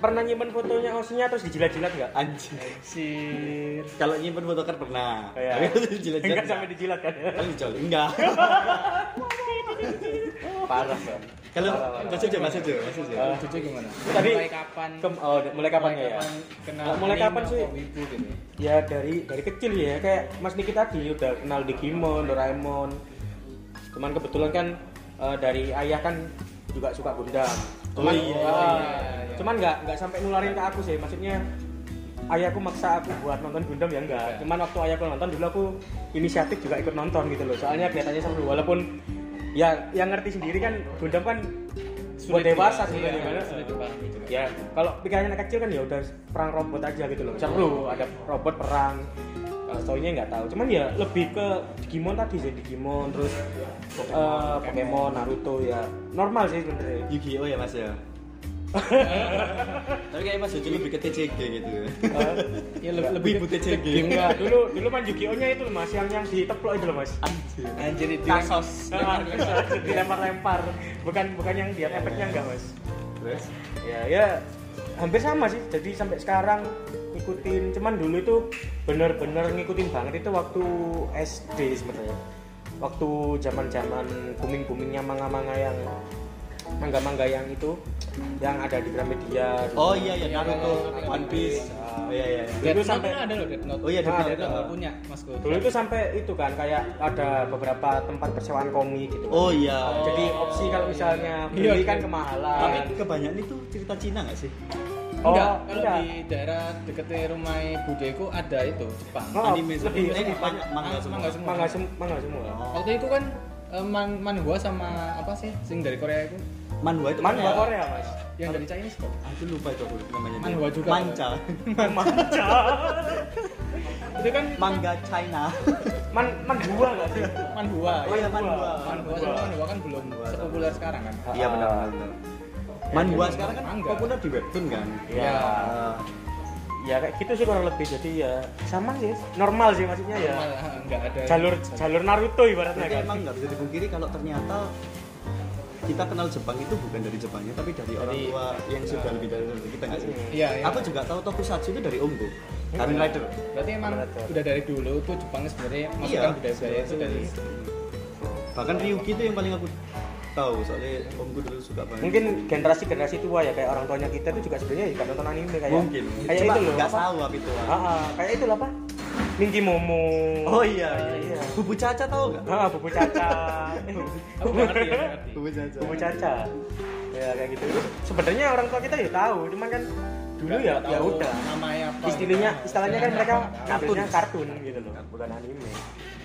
[SPEAKER 3] pernah nyimpen fotonya osinya terus dijilat-jilat nggak?
[SPEAKER 2] Anjing.
[SPEAKER 1] Sir.
[SPEAKER 2] Kalau nyimpen foto kan pernah.
[SPEAKER 3] Iya.
[SPEAKER 2] Tapi itu jilat-jilat.
[SPEAKER 3] Enggak sampai dijilat kan?
[SPEAKER 2] Kalau dijual, enggak.
[SPEAKER 3] Parah kan.
[SPEAKER 2] Kalau masuk aja masuk aja masuk aja.
[SPEAKER 3] Eh,
[SPEAKER 1] Cucu gimana?
[SPEAKER 3] Tadi
[SPEAKER 1] mulai kapan?
[SPEAKER 3] Kem, oh, mulai kapannya ya?
[SPEAKER 1] Kenal
[SPEAKER 3] Ah, mulai
[SPEAKER 1] anime
[SPEAKER 3] kapan sih?
[SPEAKER 1] atau Wibu gitu.
[SPEAKER 3] Ya dari dari kecil ya kayak Mas Niki tadi udah kenal Digimon, Doraemon. Cuman kebetulan kan eh, dari ayah kan juga suka Gundam.
[SPEAKER 2] Oh
[SPEAKER 3] Cuman,
[SPEAKER 2] iya.
[SPEAKER 3] eh,
[SPEAKER 1] iya.
[SPEAKER 3] cuman nggak nggak sampai nularin ke aku sih. Maksudnya ayahku maksa aku buat nonton Gundam ya enggak. Cuman waktu ayahku nonton dulu aku inisiatif juga ikut nonton gitu loh. Soalnya kelihatannya seru walaupun ya yang ngerti sendiri kan Gundam kan buat dewasa sebenarnya.
[SPEAKER 1] Iya,
[SPEAKER 3] kan.
[SPEAKER 1] sulit dipahami juga.
[SPEAKER 3] Ya, kalau pikirannya anak kecil kan ya udah perang robot aja gitu loh. Seru, ada robot perang. Kalau story-nya nggak tahu. Cuman ya lebih ke Digimon tadi sih, Digimon terus eh, Pokemon, Naruto ya. Normal sih sebenarnya.
[SPEAKER 2] Yu-Gi-Oh ya Mas ya. Tapi kayak Mas Jojo lebih ke TCG gitu ya.
[SPEAKER 1] ya lebih,
[SPEAKER 2] Lebih
[SPEAKER 1] lebih
[SPEAKER 2] ibu TCG.
[SPEAKER 3] Enggak, dulu dulu main Yu-Gi-Oh nya itu mas yang yang diteplok itu loh mas.
[SPEAKER 1] anjir itu
[SPEAKER 3] Tangsos. dilempar-lempar. Bukan bukan yang dia efeknya enggak mas.
[SPEAKER 2] Terus
[SPEAKER 3] Ya ya hampir sama sih. Jadi sampai sekarang ngikutin cuman dulu itu bener-bener ngikutin banget itu waktu SD sebenarnya. Waktu zaman-zaman booming-boomingnya manga-manga yang manga-manga yang itu yang ada di Gramedia. dulu.
[SPEAKER 2] Oh iya iya Naruto, One Piece. Oh iya iya.
[SPEAKER 1] Dead
[SPEAKER 3] Dulu
[SPEAKER 1] Note
[SPEAKER 3] sampai-
[SPEAKER 1] kan ada loh Dead Note
[SPEAKER 2] Oh iya
[SPEAKER 3] Nah,
[SPEAKER 2] Death
[SPEAKER 3] Death
[SPEAKER 1] Dead Note
[SPEAKER 2] Note.
[SPEAKER 1] nggak punya masku
[SPEAKER 3] Dulu itu sampai itu kan kayak ada beberapa tempat persewaan komik gitu.
[SPEAKER 2] Oh iya.
[SPEAKER 3] Jadi opsi kalau misalnya
[SPEAKER 1] Iya,
[SPEAKER 3] beli
[SPEAKER 1] iya.
[SPEAKER 3] kan kemahalan.
[SPEAKER 2] Tapi kebanyakan itu cerita Cina nggak sih?
[SPEAKER 3] oh,
[SPEAKER 1] enggak kalau
[SPEAKER 3] enggak.
[SPEAKER 1] di daerah deketnya rumah budeku ada itu Jepang
[SPEAKER 3] Oh,
[SPEAKER 2] Anime
[SPEAKER 3] lebih-
[SPEAKER 2] semua. Ini banyak manga
[SPEAKER 1] Manga-
[SPEAKER 2] semua. Oh.
[SPEAKER 1] manga semua.
[SPEAKER 3] Mangga sem- mangga semua.
[SPEAKER 1] waktu itu kan eh, man manhwa sama apa sih sing dari Korea itu
[SPEAKER 2] Manhwa itu
[SPEAKER 3] Mangga
[SPEAKER 2] apa?
[SPEAKER 3] Korea, Mas.
[SPEAKER 1] yang dari Chinese kok
[SPEAKER 2] Aku lupa itu aku namanya.
[SPEAKER 1] Manhwa juga.
[SPEAKER 2] Manca.
[SPEAKER 3] Manja.
[SPEAKER 1] itu kan
[SPEAKER 2] Manga China.
[SPEAKER 3] Man man dua enggak sih?
[SPEAKER 1] manhwa
[SPEAKER 2] Oh iya Manhwa.
[SPEAKER 1] manhwa sama manhwa ya. kan belum sepopuler sekarang kan
[SPEAKER 3] Oh, Ah.
[SPEAKER 2] Iya benar benar. Manhwa sekarang kan
[SPEAKER 1] Manga.
[SPEAKER 2] populer di webtoon kan.
[SPEAKER 3] Iya.
[SPEAKER 2] Ah.
[SPEAKER 3] Ya kayak gitu sih kurang lebih. Jadi ya sama sih. Normal sih maksudnya ya.
[SPEAKER 1] malah enggak ada
[SPEAKER 3] Jalur jalur Naruto ibaratnya
[SPEAKER 2] Berarti
[SPEAKER 3] kan.
[SPEAKER 2] emang nggak bisa dipungkiri kalau ternyata kita kenal Jepang itu bukan dari Jepangnya tapi dari orang
[SPEAKER 1] Dari-
[SPEAKER 2] tua yang sudah lebih dari dari kita nggak sih?
[SPEAKER 1] iya iya
[SPEAKER 2] Aku juga tahu Tokusatsu itu dari omku. Kamen Rider.
[SPEAKER 1] berarti emang
[SPEAKER 3] Kamen Rider.
[SPEAKER 1] udah dari dulu tuh Jepang sebenarnya
[SPEAKER 2] Iya.
[SPEAKER 1] masukkan budaya-budaya itu dari
[SPEAKER 2] Bahkan Ryuki itu yang paling aku tahu soalnya omku dulu suka banget.
[SPEAKER 3] Mungkin generasi generasi tua ya kayak orang tuanya kita itu juga sebenarnya juga nonton anime kayak ya.
[SPEAKER 2] mungkin.
[SPEAKER 3] kayak
[SPEAKER 2] Cuma
[SPEAKER 3] itu loh.
[SPEAKER 2] nggak
[SPEAKER 3] apa?
[SPEAKER 2] tahu apa itu.
[SPEAKER 3] Ah, ah, kayak itu lah pak. Minggi Momo.
[SPEAKER 2] Oh iya, iya, iya.
[SPEAKER 3] Iya.
[SPEAKER 2] Bubu Caca tahu nggak?
[SPEAKER 3] Ah, bubu caca.
[SPEAKER 1] aku nggak ngerti ya nggak ngerti
[SPEAKER 2] Bubu Caca.
[SPEAKER 3] bubu caca. Ya kayak gitu. Itu Sebenarnya orang tua kita ya tahu, cuman kan dulu ya
[SPEAKER 1] Nggak
[SPEAKER 3] ya
[SPEAKER 1] tahu
[SPEAKER 3] udah.
[SPEAKER 1] namanya apa
[SPEAKER 3] Istilahnya istilahnya kan mereka
[SPEAKER 2] Kartun.
[SPEAKER 3] kartun kartun gitu loh, bukan anime.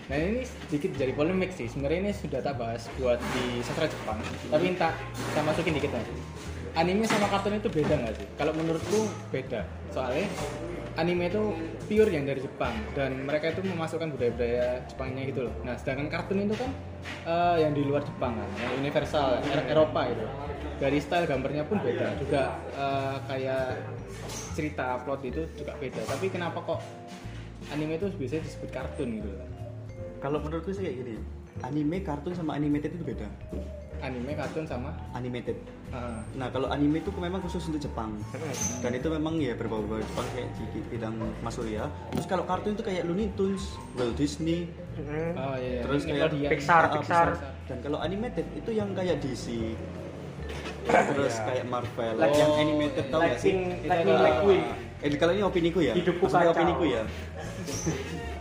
[SPEAKER 1] Nah ini sedikit jadi polemik sih. Sebenarnya ini sudah tak bahas buat di sastra Jepang. Tapi minta kita masukin dikit nanti. Anime sama kartun itu beda nggak sih? Kalau menurutku beda. Soalnya anime itu pure yang dari Jepang dan mereka itu memasukkan budaya-budaya Jepangnya gitu loh. Nah sedangkan kartun itu kan eh, yang di luar Jepang kan, yang universal, Er- Eropa gitu. Dari style gambarnya pun beda. Juga eh, kayak cerita plot itu juga beda. Tapi kenapa kok anime itu biasanya disebut kartun gitu loh?
[SPEAKER 2] Kalau menurutku sih kayak gini, anime kartun sama animated itu beda.
[SPEAKER 1] anime kartun sama
[SPEAKER 2] Animated.
[SPEAKER 1] uh,
[SPEAKER 2] Nah kalau anime itu memang khusus untuk Jepang. dan itu memang ya berbau-bau Jepang kayak di bidang Mas Surya terus kalau kartun itu kayak Looney Tunes Walt Disney
[SPEAKER 3] Hmm.
[SPEAKER 1] oh iya
[SPEAKER 2] terus
[SPEAKER 1] ini
[SPEAKER 2] kayak
[SPEAKER 1] Nickelodeon.
[SPEAKER 3] Pixar,
[SPEAKER 2] Ah,
[SPEAKER 3] Pixar.
[SPEAKER 2] dan kalau animated itu yang kayak DC terus kayak Marvel yang animated tau gak ya, sih
[SPEAKER 3] Lightning,
[SPEAKER 1] Itu
[SPEAKER 3] Lightning
[SPEAKER 1] ada-
[SPEAKER 3] McQueen.
[SPEAKER 2] eh kalau ini opiniku ya
[SPEAKER 3] Hidupku
[SPEAKER 2] Maksudnya
[SPEAKER 3] kacau.
[SPEAKER 2] opiniku ya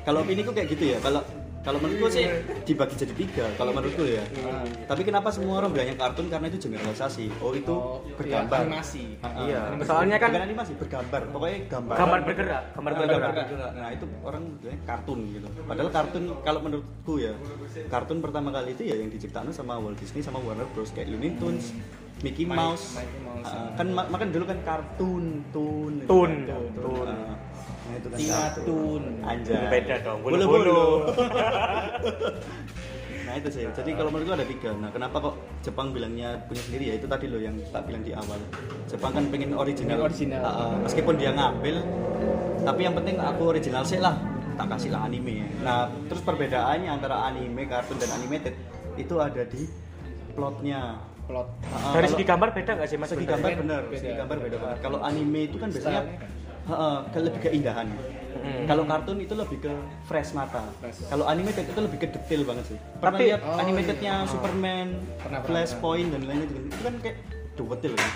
[SPEAKER 2] kalau opiniku kayak gitu ya kalau kalau menurutku sih dibagi jadi tiga kalau menurutku ya
[SPEAKER 1] Ah.
[SPEAKER 2] tapi kenapa semua orang bilangnya kartun karena itu generalisasi oh itu
[SPEAKER 1] Oh, iya,
[SPEAKER 2] bergambar
[SPEAKER 1] animasi.
[SPEAKER 2] Ah,
[SPEAKER 3] Iya.
[SPEAKER 2] animasi.
[SPEAKER 3] Soalnya kan-
[SPEAKER 2] Bukan animasi bergambar pokoknya gambar
[SPEAKER 3] Gambar bergerak, gambar
[SPEAKER 2] Nah,
[SPEAKER 3] bergerak.
[SPEAKER 2] gambar bergerak. Nah itu orang bilangnya kartun gitu. Padahal kartun kalau menurutku ya kartun pertama kali itu ya yang diciptakan sama Walt Disney sama Warner Bros kayak Looney Tunes, Mickey
[SPEAKER 1] Mike-
[SPEAKER 2] Mouse.
[SPEAKER 1] Mickey Mouse.
[SPEAKER 2] Ah, kan ma- makan dulu kan kartun, tun. gitu
[SPEAKER 3] Tun,
[SPEAKER 2] kan.
[SPEAKER 3] tun.
[SPEAKER 2] Ah, Nah, itu kan kartun.
[SPEAKER 1] Tinatun
[SPEAKER 2] Anjay.
[SPEAKER 3] Beda dong,
[SPEAKER 2] Bulu-bulu.
[SPEAKER 3] bulu-bulu.
[SPEAKER 2] nah itu sih. Jadi kalau menurutku ada tiga. Nah kenapa kok Jepang bilangnya punya sendiri ya itu tadi loh yang tak bilang di awal. Jepang kan pengen original.
[SPEAKER 1] Pengen original.
[SPEAKER 2] Ah, ah. meskipun dia ngambil, tapi yang penting aku original sih lah. Tak kasih lah anime. Nah terus perbedaannya antara anime, kartun dan animated itu ada di plotnya.
[SPEAKER 1] plot
[SPEAKER 2] Ah, ah,
[SPEAKER 3] Dari
[SPEAKER 2] kalau-
[SPEAKER 3] segi gambar beda nggak sih mas?
[SPEAKER 2] segi
[SPEAKER 3] Bener.
[SPEAKER 2] gambar
[SPEAKER 1] Beda,
[SPEAKER 2] bener,
[SPEAKER 1] beda.
[SPEAKER 2] segi gambar beda banget. Kalau anime itu kan biasanya
[SPEAKER 1] Style-nya kan.
[SPEAKER 2] heeh, ke lebih keindahan. Kalau kartun itu lebih ke fresh mata.
[SPEAKER 1] Fresh.
[SPEAKER 2] Kalau anime itu lebih ke detail banget sih. Pernah
[SPEAKER 3] Tapi-
[SPEAKER 2] lihat
[SPEAKER 1] Oh,
[SPEAKER 2] animatednya Superman,
[SPEAKER 1] Pernah, pernah,
[SPEAKER 2] Flashpoint dan lainnya juga. Itu kan kayak detail kan.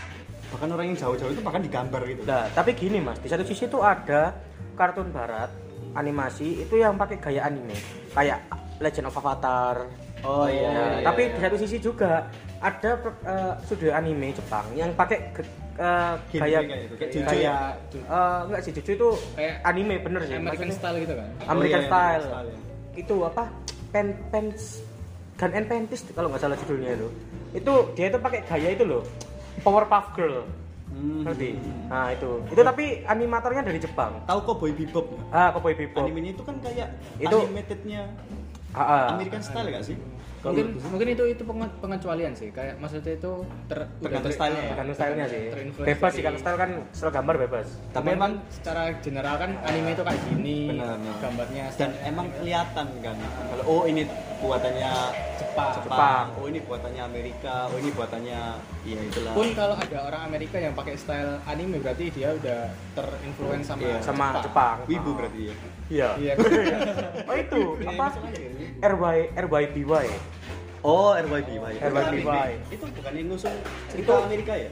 [SPEAKER 2] Bahkan orang yang jauh-jauh itu bahkan digambar gitu.
[SPEAKER 3] Nah, tapi gini mas, di satu sisi tuh ada kartun barat animasi itu yang pakai gaya anime, kayak Legend of Avatar.
[SPEAKER 2] Oh, iya,
[SPEAKER 3] Nah,
[SPEAKER 2] iya,
[SPEAKER 3] tapi di satu sisi juga ada eh, studio anime Jepang yang pakai ge- eh,
[SPEAKER 2] Genre
[SPEAKER 3] gaya
[SPEAKER 2] kayak itu,
[SPEAKER 3] kayak
[SPEAKER 2] kayak Jujutsu. ya.
[SPEAKER 3] eh, enggak sih Jujutsu itu
[SPEAKER 1] Kayak
[SPEAKER 3] anime bener
[SPEAKER 2] Iya.
[SPEAKER 3] sih.
[SPEAKER 1] American
[SPEAKER 3] maksudnya.
[SPEAKER 1] style gitu kan
[SPEAKER 3] American
[SPEAKER 2] Oh, iya,
[SPEAKER 3] style.
[SPEAKER 2] American style,
[SPEAKER 3] Itu apa? Pen pens Gun and Panties kalau nggak salah judulnya itu. Itu dia itu pakai gaya itu loh. Powerpuff Girl.
[SPEAKER 2] Hmm.
[SPEAKER 3] Ngerti? Nah, itu. Itu tapi animatornya dari Jepang.
[SPEAKER 2] Tahu kok Boy Bebop? nggak?
[SPEAKER 3] Ah, Cowboy Bebop.
[SPEAKER 2] Animenya itu kan kayak
[SPEAKER 3] Itu-
[SPEAKER 2] animatednya
[SPEAKER 3] Ah, ah.
[SPEAKER 2] American style gak sih?
[SPEAKER 1] mungkin mungkin itu itu penge- pengecualian sih kayak maksudnya itu ter
[SPEAKER 2] Tergantung
[SPEAKER 1] udah ter-
[SPEAKER 2] stylenya. ya.
[SPEAKER 1] eh,
[SPEAKER 3] tergantung stylenya sih
[SPEAKER 1] Terinfluence
[SPEAKER 3] bebas sih
[SPEAKER 1] dari-
[SPEAKER 3] kalau style kan style gambar bebas
[SPEAKER 2] tapi
[SPEAKER 1] Cuman
[SPEAKER 2] emang
[SPEAKER 1] kan secara general kan anime itu kayak gini
[SPEAKER 2] Benar, benar.
[SPEAKER 1] gambarnya
[SPEAKER 2] dan emang kelihatan kan kalau oh ini buatannya Jepang,
[SPEAKER 3] Jepang.
[SPEAKER 2] oh ini buatannya Amerika oh ini buatannya ya itulah
[SPEAKER 1] pun kalau ada orang Amerika yang pakai style anime berarti dia udah terinfluence sama
[SPEAKER 2] Iya.
[SPEAKER 3] sama Jepang
[SPEAKER 2] wibu berarti Iya. ya
[SPEAKER 3] iya
[SPEAKER 1] Iya.
[SPEAKER 3] oh itu apa RY RYBY
[SPEAKER 2] oh RYBY
[SPEAKER 3] RYBY.
[SPEAKER 2] itu bukan yang ngusung cerita
[SPEAKER 3] Itu-
[SPEAKER 2] Amerika ya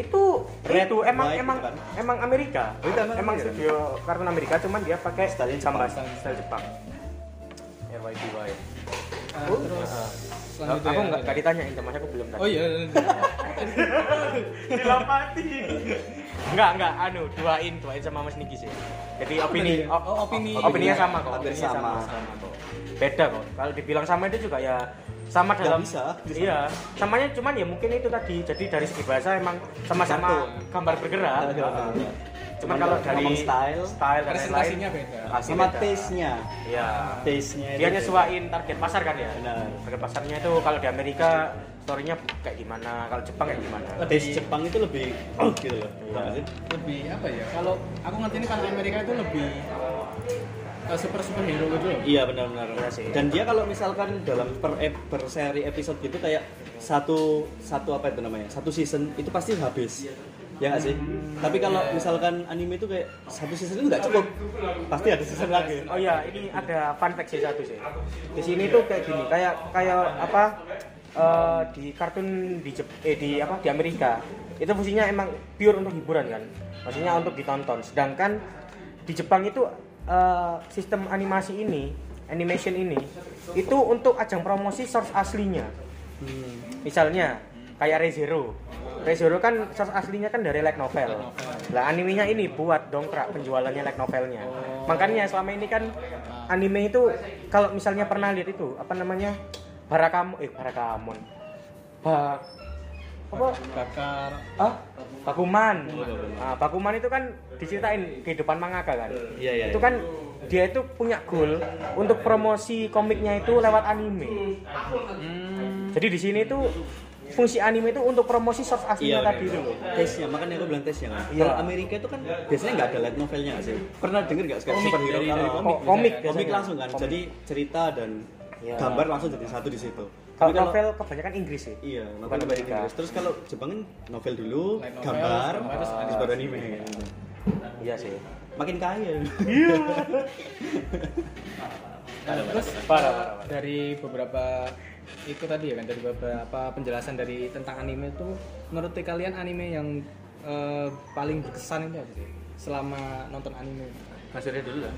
[SPEAKER 3] itu
[SPEAKER 2] Red,
[SPEAKER 3] itu emang
[SPEAKER 2] white,
[SPEAKER 3] emang
[SPEAKER 2] bukan?
[SPEAKER 3] emang Amerika
[SPEAKER 2] Oh, itu emang
[SPEAKER 3] emang
[SPEAKER 2] Amerika.
[SPEAKER 3] studio kartun Amerika cuman dia pakai
[SPEAKER 2] Stylenya Jepang.
[SPEAKER 3] gambar style Jepang RYBY
[SPEAKER 1] Ah,
[SPEAKER 3] Oh.
[SPEAKER 1] terus
[SPEAKER 2] Uh-huh.
[SPEAKER 3] Ah.
[SPEAKER 1] selanjutnya
[SPEAKER 3] aku nggak tadi tanyain temannya aku belum tanya
[SPEAKER 1] oh iya
[SPEAKER 3] dilapati enggak enggak anu duain duain sama Mas Niki sih jadi opini
[SPEAKER 1] Oh, oh, opini.
[SPEAKER 3] opininya sama kok
[SPEAKER 2] hampir
[SPEAKER 3] opininya
[SPEAKER 2] sama,
[SPEAKER 1] sama kok
[SPEAKER 3] beda kok kalau dibilang sama itu juga ya sama
[SPEAKER 2] Nggak
[SPEAKER 3] dalam
[SPEAKER 2] bisa, bisa.
[SPEAKER 3] iya samanya cuman ya mungkin itu tadi jadi dari segi bahasa emang sama-sama
[SPEAKER 2] Tergantung.
[SPEAKER 3] gambar bergerak
[SPEAKER 2] Tergantung.
[SPEAKER 3] Iya. cuman kalau dari
[SPEAKER 2] Ngomong style,
[SPEAKER 3] style dan lain
[SPEAKER 1] presentasinya beda
[SPEAKER 2] sama taste nya
[SPEAKER 3] iya
[SPEAKER 2] taste nya
[SPEAKER 3] dia nyesuaiin target pasar kan ya
[SPEAKER 2] Benar.
[SPEAKER 3] target pasarnya itu kalau di Amerika story-nya kayak gimana kalau Jepang kayak gimana
[SPEAKER 2] taste Jepang itu lebih oh gitu loh Tau nggak sih?
[SPEAKER 1] lebih apa ya kalau aku ngerti ini kalau Amerika itu lebih eh, super super hero gitu loh
[SPEAKER 2] Iya benar-benar.
[SPEAKER 3] Iya sih.
[SPEAKER 2] Dan dia kalau misalkan dalam per, ep- per seri episode gitu kayak satu satu apa itu namanya satu season itu pasti habis. Ya nggak sih? Tapi kalau
[SPEAKER 3] Iya.
[SPEAKER 2] misalkan anime itu kayak satu season itu nggak cukup, pasti ada season lagi.
[SPEAKER 3] Oh iya, ini ada fun fact sih satu sih. Di sini tuh kayak gini, kayak kayak apa eh, di kartun di Jep- eh, di apa di Amerika itu fungsinya emang pure untuk hiburan kan, maksudnya untuk ditonton. Sedangkan di Jepang itu eh, sistem animasi ini, animation ini itu untuk ajang promosi source aslinya. Misalnya kayak ReZero. ReZero kan source aslinya kan dari light novel. Lah animenya ini buat dongkrak penjualannya light novelnya. Makanya selama ini kan anime itu kalau misalnya pernah lihat itu apa namanya? Barakamu eh Barakamon. Ba apa?
[SPEAKER 1] bakar
[SPEAKER 3] Ah, Bakuman. Ah, Bakuman itu kan diceritain kehidupan mangaka kan.
[SPEAKER 2] Iya, iya,
[SPEAKER 3] Itu
[SPEAKER 2] iya.
[SPEAKER 3] kan dia itu punya goal untuk promosi komiknya itu lewat anime.
[SPEAKER 2] Hmm.
[SPEAKER 3] Jadi di sini itu fungsi anime itu untuk promosi source aslinya
[SPEAKER 2] Iya,
[SPEAKER 3] tadi itu loh.
[SPEAKER 2] Taste nya gitu. makanya aku bilang taste nya. Kan?
[SPEAKER 3] Iya.
[SPEAKER 2] Kalau Amerika itu kan biasanya nggak ada light novelnya nggak sih? Pernah denger nggak sekarang
[SPEAKER 1] Komik,
[SPEAKER 2] superhero
[SPEAKER 1] dari-
[SPEAKER 2] kalau
[SPEAKER 1] dari
[SPEAKER 3] Ko- komik
[SPEAKER 2] komik
[SPEAKER 3] biasanya.
[SPEAKER 2] langsung kan?
[SPEAKER 3] Komik.
[SPEAKER 2] Jadi cerita dan
[SPEAKER 3] Iya.
[SPEAKER 2] gambar langsung jadi satu di situ.
[SPEAKER 3] kalau
[SPEAKER 2] Tapi
[SPEAKER 3] novel kebanyakan Inggris sih.
[SPEAKER 2] Iya,
[SPEAKER 3] Bukan
[SPEAKER 2] novel
[SPEAKER 3] Amerika.
[SPEAKER 2] Amerika. Terus kalau Jepang kan novel dulu,
[SPEAKER 1] Light novel, gambar,
[SPEAKER 2] gambar, terus
[SPEAKER 1] terus
[SPEAKER 2] habis baru anime.
[SPEAKER 3] Iya sih.
[SPEAKER 2] Makin kaya.
[SPEAKER 1] Nah, terus
[SPEAKER 3] Parah,
[SPEAKER 1] eh,
[SPEAKER 3] parah, parah.
[SPEAKER 1] dari beberapa itu tadi ya kan dari beberapa penjelasan dari tentang anime itu menurut kalian anime yang eh, paling berkesan itu apa sih selama nonton anime
[SPEAKER 2] Mas Surya dulu lah.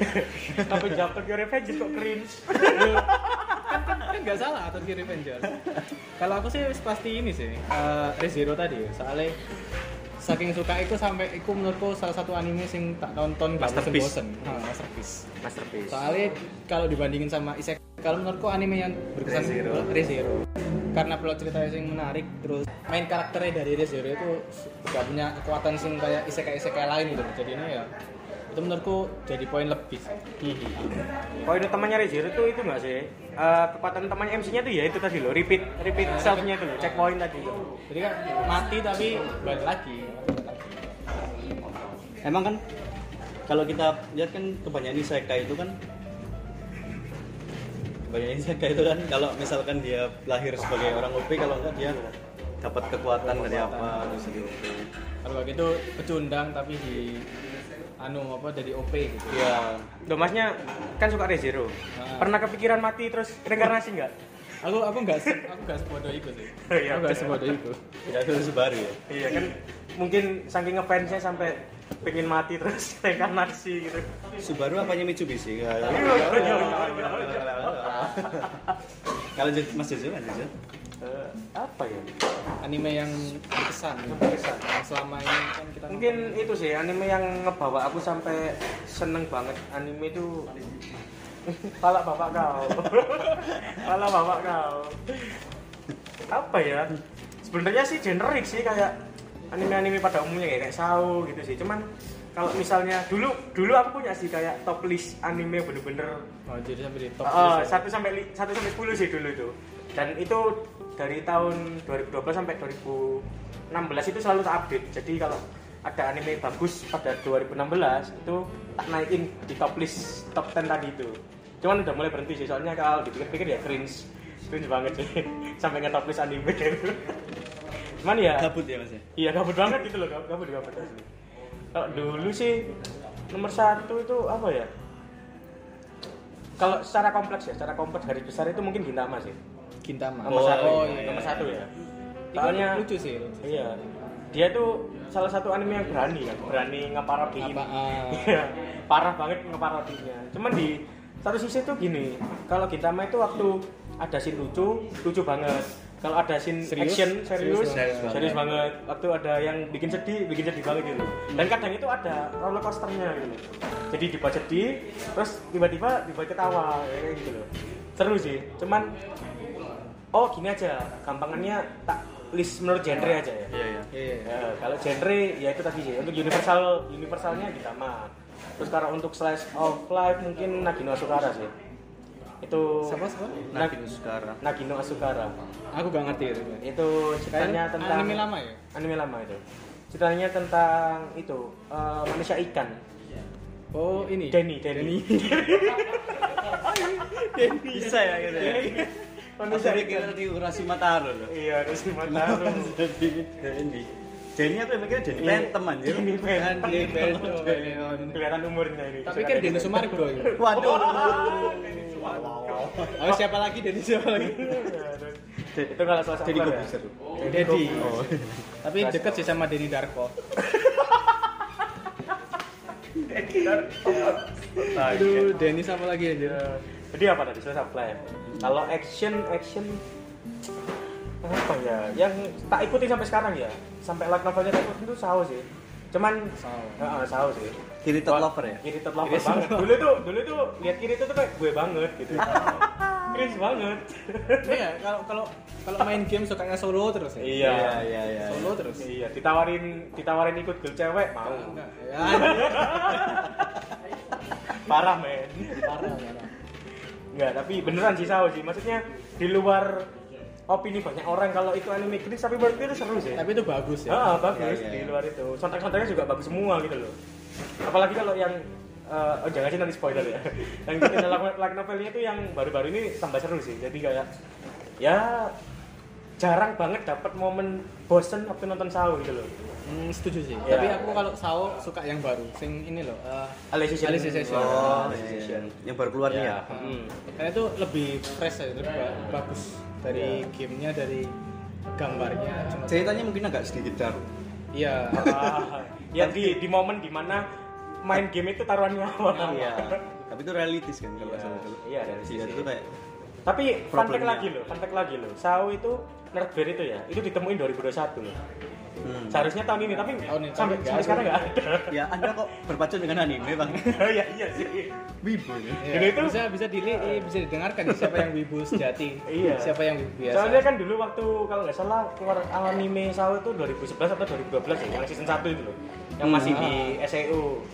[SPEAKER 3] Tapi jatuh ke Revenge kok cringe.
[SPEAKER 1] kan kan kan nggak salah atau di Revengers kalau aku sih wis pasti ini sih eh, ReZero tadi soalnya saking suka itu sampai itu menurutku salah satu anime sing tak nonton gak
[SPEAKER 2] Masterpiece.
[SPEAKER 1] bosen-bosen nah, masterpiece
[SPEAKER 3] Masterpiece.
[SPEAKER 1] soalnya kalau dibandingin sama Isek kalau menurutku anime yang berkesan
[SPEAKER 2] ReZero.
[SPEAKER 1] itu ReZero karena plot ceritanya sing menarik terus main karakternya dari ReZero itu gak punya kekuatan sing kayak isekai-isekai lain gitu jadinya ya itu menurutku jadi poin lebih
[SPEAKER 3] Kalau itu temannya Rezero itu itu nggak sih? Eh, kekuatan temannya MC-nya tuh ya itu tadi loh, repeat repeat self-nya itu loh, checkpoint tadi.
[SPEAKER 1] jadi kan mati tapi balik lagi
[SPEAKER 2] Emang kan kalau kita lihat kan kebanyakan isekai itu kan kebanyakan isekai itu kan kalau misalkan dia lahir sebagai orang OP kalau enggak dia dapat kekuatan dari apa terus jadi OP.
[SPEAKER 1] kalau gitu pecundang tapi di anu apa jadi OP gitu
[SPEAKER 2] Iya.
[SPEAKER 3] Loh, masnya kan suka Rezero.
[SPEAKER 1] Ah.
[SPEAKER 3] Pernah kepikiran mati terus reinkarnasi nggak?
[SPEAKER 1] aku aku nggak se- aku nggak sebodoh itu sih
[SPEAKER 3] Iya,
[SPEAKER 1] aku nggak sebodoh itu
[SPEAKER 2] Tidak terus baru ya.
[SPEAKER 3] Iya kan mungkin saking ngefansnya sampai pengen mati terus reinkarnasi gitu.
[SPEAKER 2] Subaru apanya Mitsubishi? Kalau jadi Mas Jojo, Mas Jojo.
[SPEAKER 3] Eh, apa ya?
[SPEAKER 1] anime yang berkesan
[SPEAKER 3] Berkesan.
[SPEAKER 1] yang selama ini kan kita
[SPEAKER 3] Mungkin itu sih anime yang ngebawa aku sampai seneng banget anime itu Pala bapak kau. Pala bapak kau. Apa ya? Sebenarnya sih generik sih kayak anime-anime pada umumnya kayak, kayak Sao gitu sih. Cuman kalau misalnya dulu dulu aku punya sih kayak top list anime bener-bener
[SPEAKER 1] Oh, jadi sampai di top
[SPEAKER 3] eh,
[SPEAKER 1] list ya.
[SPEAKER 3] satu sampai li- satu sampai sepuluh sih dulu itu dan itu dari tahun 2012 sampai 2016 itu selalu tak update jadi kalau ada anime bagus pada 2016 itu tak naikin di top list top 10 tadi itu cuman udah mulai berhenti sih soalnya kalau dipikir-pikir ya cringe cringe banget sih sampai nge top list anime cuman ya
[SPEAKER 2] Kabut ya mas ya?
[SPEAKER 3] Iya kabut banget gitu loh, kabut kabut kabut asli. Kalau dulu sih nomor satu itu apa ya? Kalau secara kompleks ya, secara kompleks garis besar itu mungkin Gintama sih.
[SPEAKER 1] Gintama.
[SPEAKER 3] Nomor
[SPEAKER 2] Oh,
[SPEAKER 3] satu,
[SPEAKER 1] iya.
[SPEAKER 3] nomor satu ya.
[SPEAKER 1] Itu
[SPEAKER 3] Soalnya
[SPEAKER 1] lucu sih.
[SPEAKER 3] iya, dia tuh salah satu anime yang berani kan, berani ngeparodiin.
[SPEAKER 1] Apa, ah.
[SPEAKER 3] Iya, parah banget ngeparodinya. Cuman di satu sisi tuh gini, kalau Gintama itu waktu ada scene lucu, lucu banget. Kalau ada scene
[SPEAKER 1] Serius?
[SPEAKER 3] action serius,
[SPEAKER 1] Serius banget.
[SPEAKER 3] serius, banget. Waktu ada yang bikin sedih, bikin sedih banget gitu. Dan kadang itu ada roller coasternya gitu. Jadi tiba sedih, terus tiba-tiba tiba ketawa ya, kayak gitu loh. Seru sih. Cuman oh gini aja, gampangannya tak list menurut genre aja ya.
[SPEAKER 2] Iya iya
[SPEAKER 1] Iya.
[SPEAKER 3] Ya, kalau genre ya itu tadi sih. Untuk universal universalnya Gintama. Terus kalau untuk slice of life mungkin Nagino Asukara sih. Itu
[SPEAKER 1] Siapa, siapa?
[SPEAKER 3] Nah,
[SPEAKER 2] Nagino sekarang
[SPEAKER 3] Nagino Asukara.
[SPEAKER 1] Aku gak ngerti itu.
[SPEAKER 3] Itu ceritanya
[SPEAKER 1] Kayaknya
[SPEAKER 3] tentang
[SPEAKER 1] anime lama ya?
[SPEAKER 3] Anime lama itu. Ceritanya tentang itu eh, manusia ikan.
[SPEAKER 1] Oh, ini.
[SPEAKER 3] Denny, Denny.
[SPEAKER 2] Bisa ya gitu ya?
[SPEAKER 3] manusia
[SPEAKER 2] Aku
[SPEAKER 3] ikan.
[SPEAKER 2] mikir di Urasuma Taro loh
[SPEAKER 3] Iya, terus Mataro.
[SPEAKER 2] Jadi Denny Denny aku yang mikir Denny
[SPEAKER 3] Iya.
[SPEAKER 2] Phantom anjir
[SPEAKER 3] Denny Phantom.
[SPEAKER 2] Denny Phantom
[SPEAKER 1] Oh,
[SPEAKER 2] Denny
[SPEAKER 1] iya.
[SPEAKER 2] Phantom.
[SPEAKER 3] Kelihatan umurnya ini.
[SPEAKER 1] Tak pikir Denny Sumargo ya.
[SPEAKER 2] Waduh
[SPEAKER 1] Oh, siapa lagi Denny siapa lagi?
[SPEAKER 3] itu kalau slice of
[SPEAKER 2] Jadi
[SPEAKER 3] life
[SPEAKER 2] gue
[SPEAKER 3] ya.
[SPEAKER 2] bisa tuh
[SPEAKER 1] Dedi. Tapi deket sih sama Denny Darko. Aduh, Denny siapa lagi anjir?
[SPEAKER 3] Ya. Oh. Jadi apa tadi selesai apply. Kalau action action apa ya? Yang tak ikutin sampai sekarang ya. Sampai light novelnya tak ikutin tuh Sao sih. Cuman
[SPEAKER 1] Sao.
[SPEAKER 3] Heeh, Sao sih.
[SPEAKER 2] Kiri top lover ya?
[SPEAKER 3] Kiri tetap lapar banget. Dulu tuh, dulu tuh lihat kiri itu tuh kayak gue banget gitu. Cringe banget.
[SPEAKER 1] Iya, kalau kalau kalau main game sukanya solo terus ya.
[SPEAKER 3] Iya.
[SPEAKER 2] iya iya
[SPEAKER 1] Solo terus. ya?
[SPEAKER 3] Iya, ditawarin ditawarin ikut girl cewek mau.
[SPEAKER 1] Enggak. Ya, anjir.
[SPEAKER 3] Parah, men.
[SPEAKER 1] parah, parah.
[SPEAKER 3] Enggak, tapi beneran sih Sao sih. Maksudnya di luar opini banyak orang kalau itu anime cringe tapi menurut gue itu seru sih.
[SPEAKER 1] Tapi itu bagus ya.
[SPEAKER 3] Ah, bagus
[SPEAKER 2] Ya, ya,
[SPEAKER 3] di
[SPEAKER 2] ya.
[SPEAKER 3] luar itu. Soundtrack-soundtracknya juga bagus semua gitu loh. Apalagi kalau yang eh, oh jangan sih nanti spoiler ya. yang gitu, light light novelnya itu yang baru-baru ini tambah seru sih. Jadi kayak ya jarang banget dapat momen bosen waktu nonton Sao gitu loh.
[SPEAKER 1] Hmm, setuju sih.
[SPEAKER 3] Iya.
[SPEAKER 1] Tapi aku kalau Sao suka yang baru, sing ini loh. eh,
[SPEAKER 3] Alicization.
[SPEAKER 1] Alicization.
[SPEAKER 2] Oh,
[SPEAKER 3] Alice
[SPEAKER 2] iya, iya.
[SPEAKER 3] Session.
[SPEAKER 2] yang baru keluar nih ya?
[SPEAKER 1] Iya. Karena itu lebih fresh aja, lebih ba- bagus dari
[SPEAKER 3] Iya.
[SPEAKER 1] gamenya, dari gambarnya.
[SPEAKER 2] Ceritanya mungkin agak sedikit daru
[SPEAKER 1] Iya.
[SPEAKER 3] Ah, ya di di momen dimana main game itu taruhan nyawa.
[SPEAKER 2] Iya Tapi itu realitis kan kalau nggak salah
[SPEAKER 3] Iya.
[SPEAKER 2] dulu
[SPEAKER 3] Iya, realistis
[SPEAKER 2] Iya,
[SPEAKER 3] sih.
[SPEAKER 2] itu kayak
[SPEAKER 3] Tapi fun fact
[SPEAKER 2] Problemnya.
[SPEAKER 3] lagi loh, fun fact lagi loh. Sao itu Nerdbear itu ya, itu ditemuin 2021 loh.
[SPEAKER 2] hmm.
[SPEAKER 3] Seharusnya tahun ini, tapi
[SPEAKER 1] Tahun ini, tapi
[SPEAKER 3] sampai, sampai
[SPEAKER 1] nggak
[SPEAKER 3] sekarang nggak ada.
[SPEAKER 2] Ya anda kok berpacu dengan anime bang?
[SPEAKER 3] ya iya sih.
[SPEAKER 2] Wibu ya?
[SPEAKER 1] Iya.
[SPEAKER 3] Jadi itu-
[SPEAKER 1] bisa bisa dili eh, bisa didengarkan nih, siapa yang wibu sejati,
[SPEAKER 3] Iya.
[SPEAKER 1] siapa yang wibu biasa.
[SPEAKER 3] Soalnya kan dulu waktu kalau nggak salah keluar anime Sao itu 2011 atau 2012 ya, yang season 1 itu loh. Yang masih di SEU.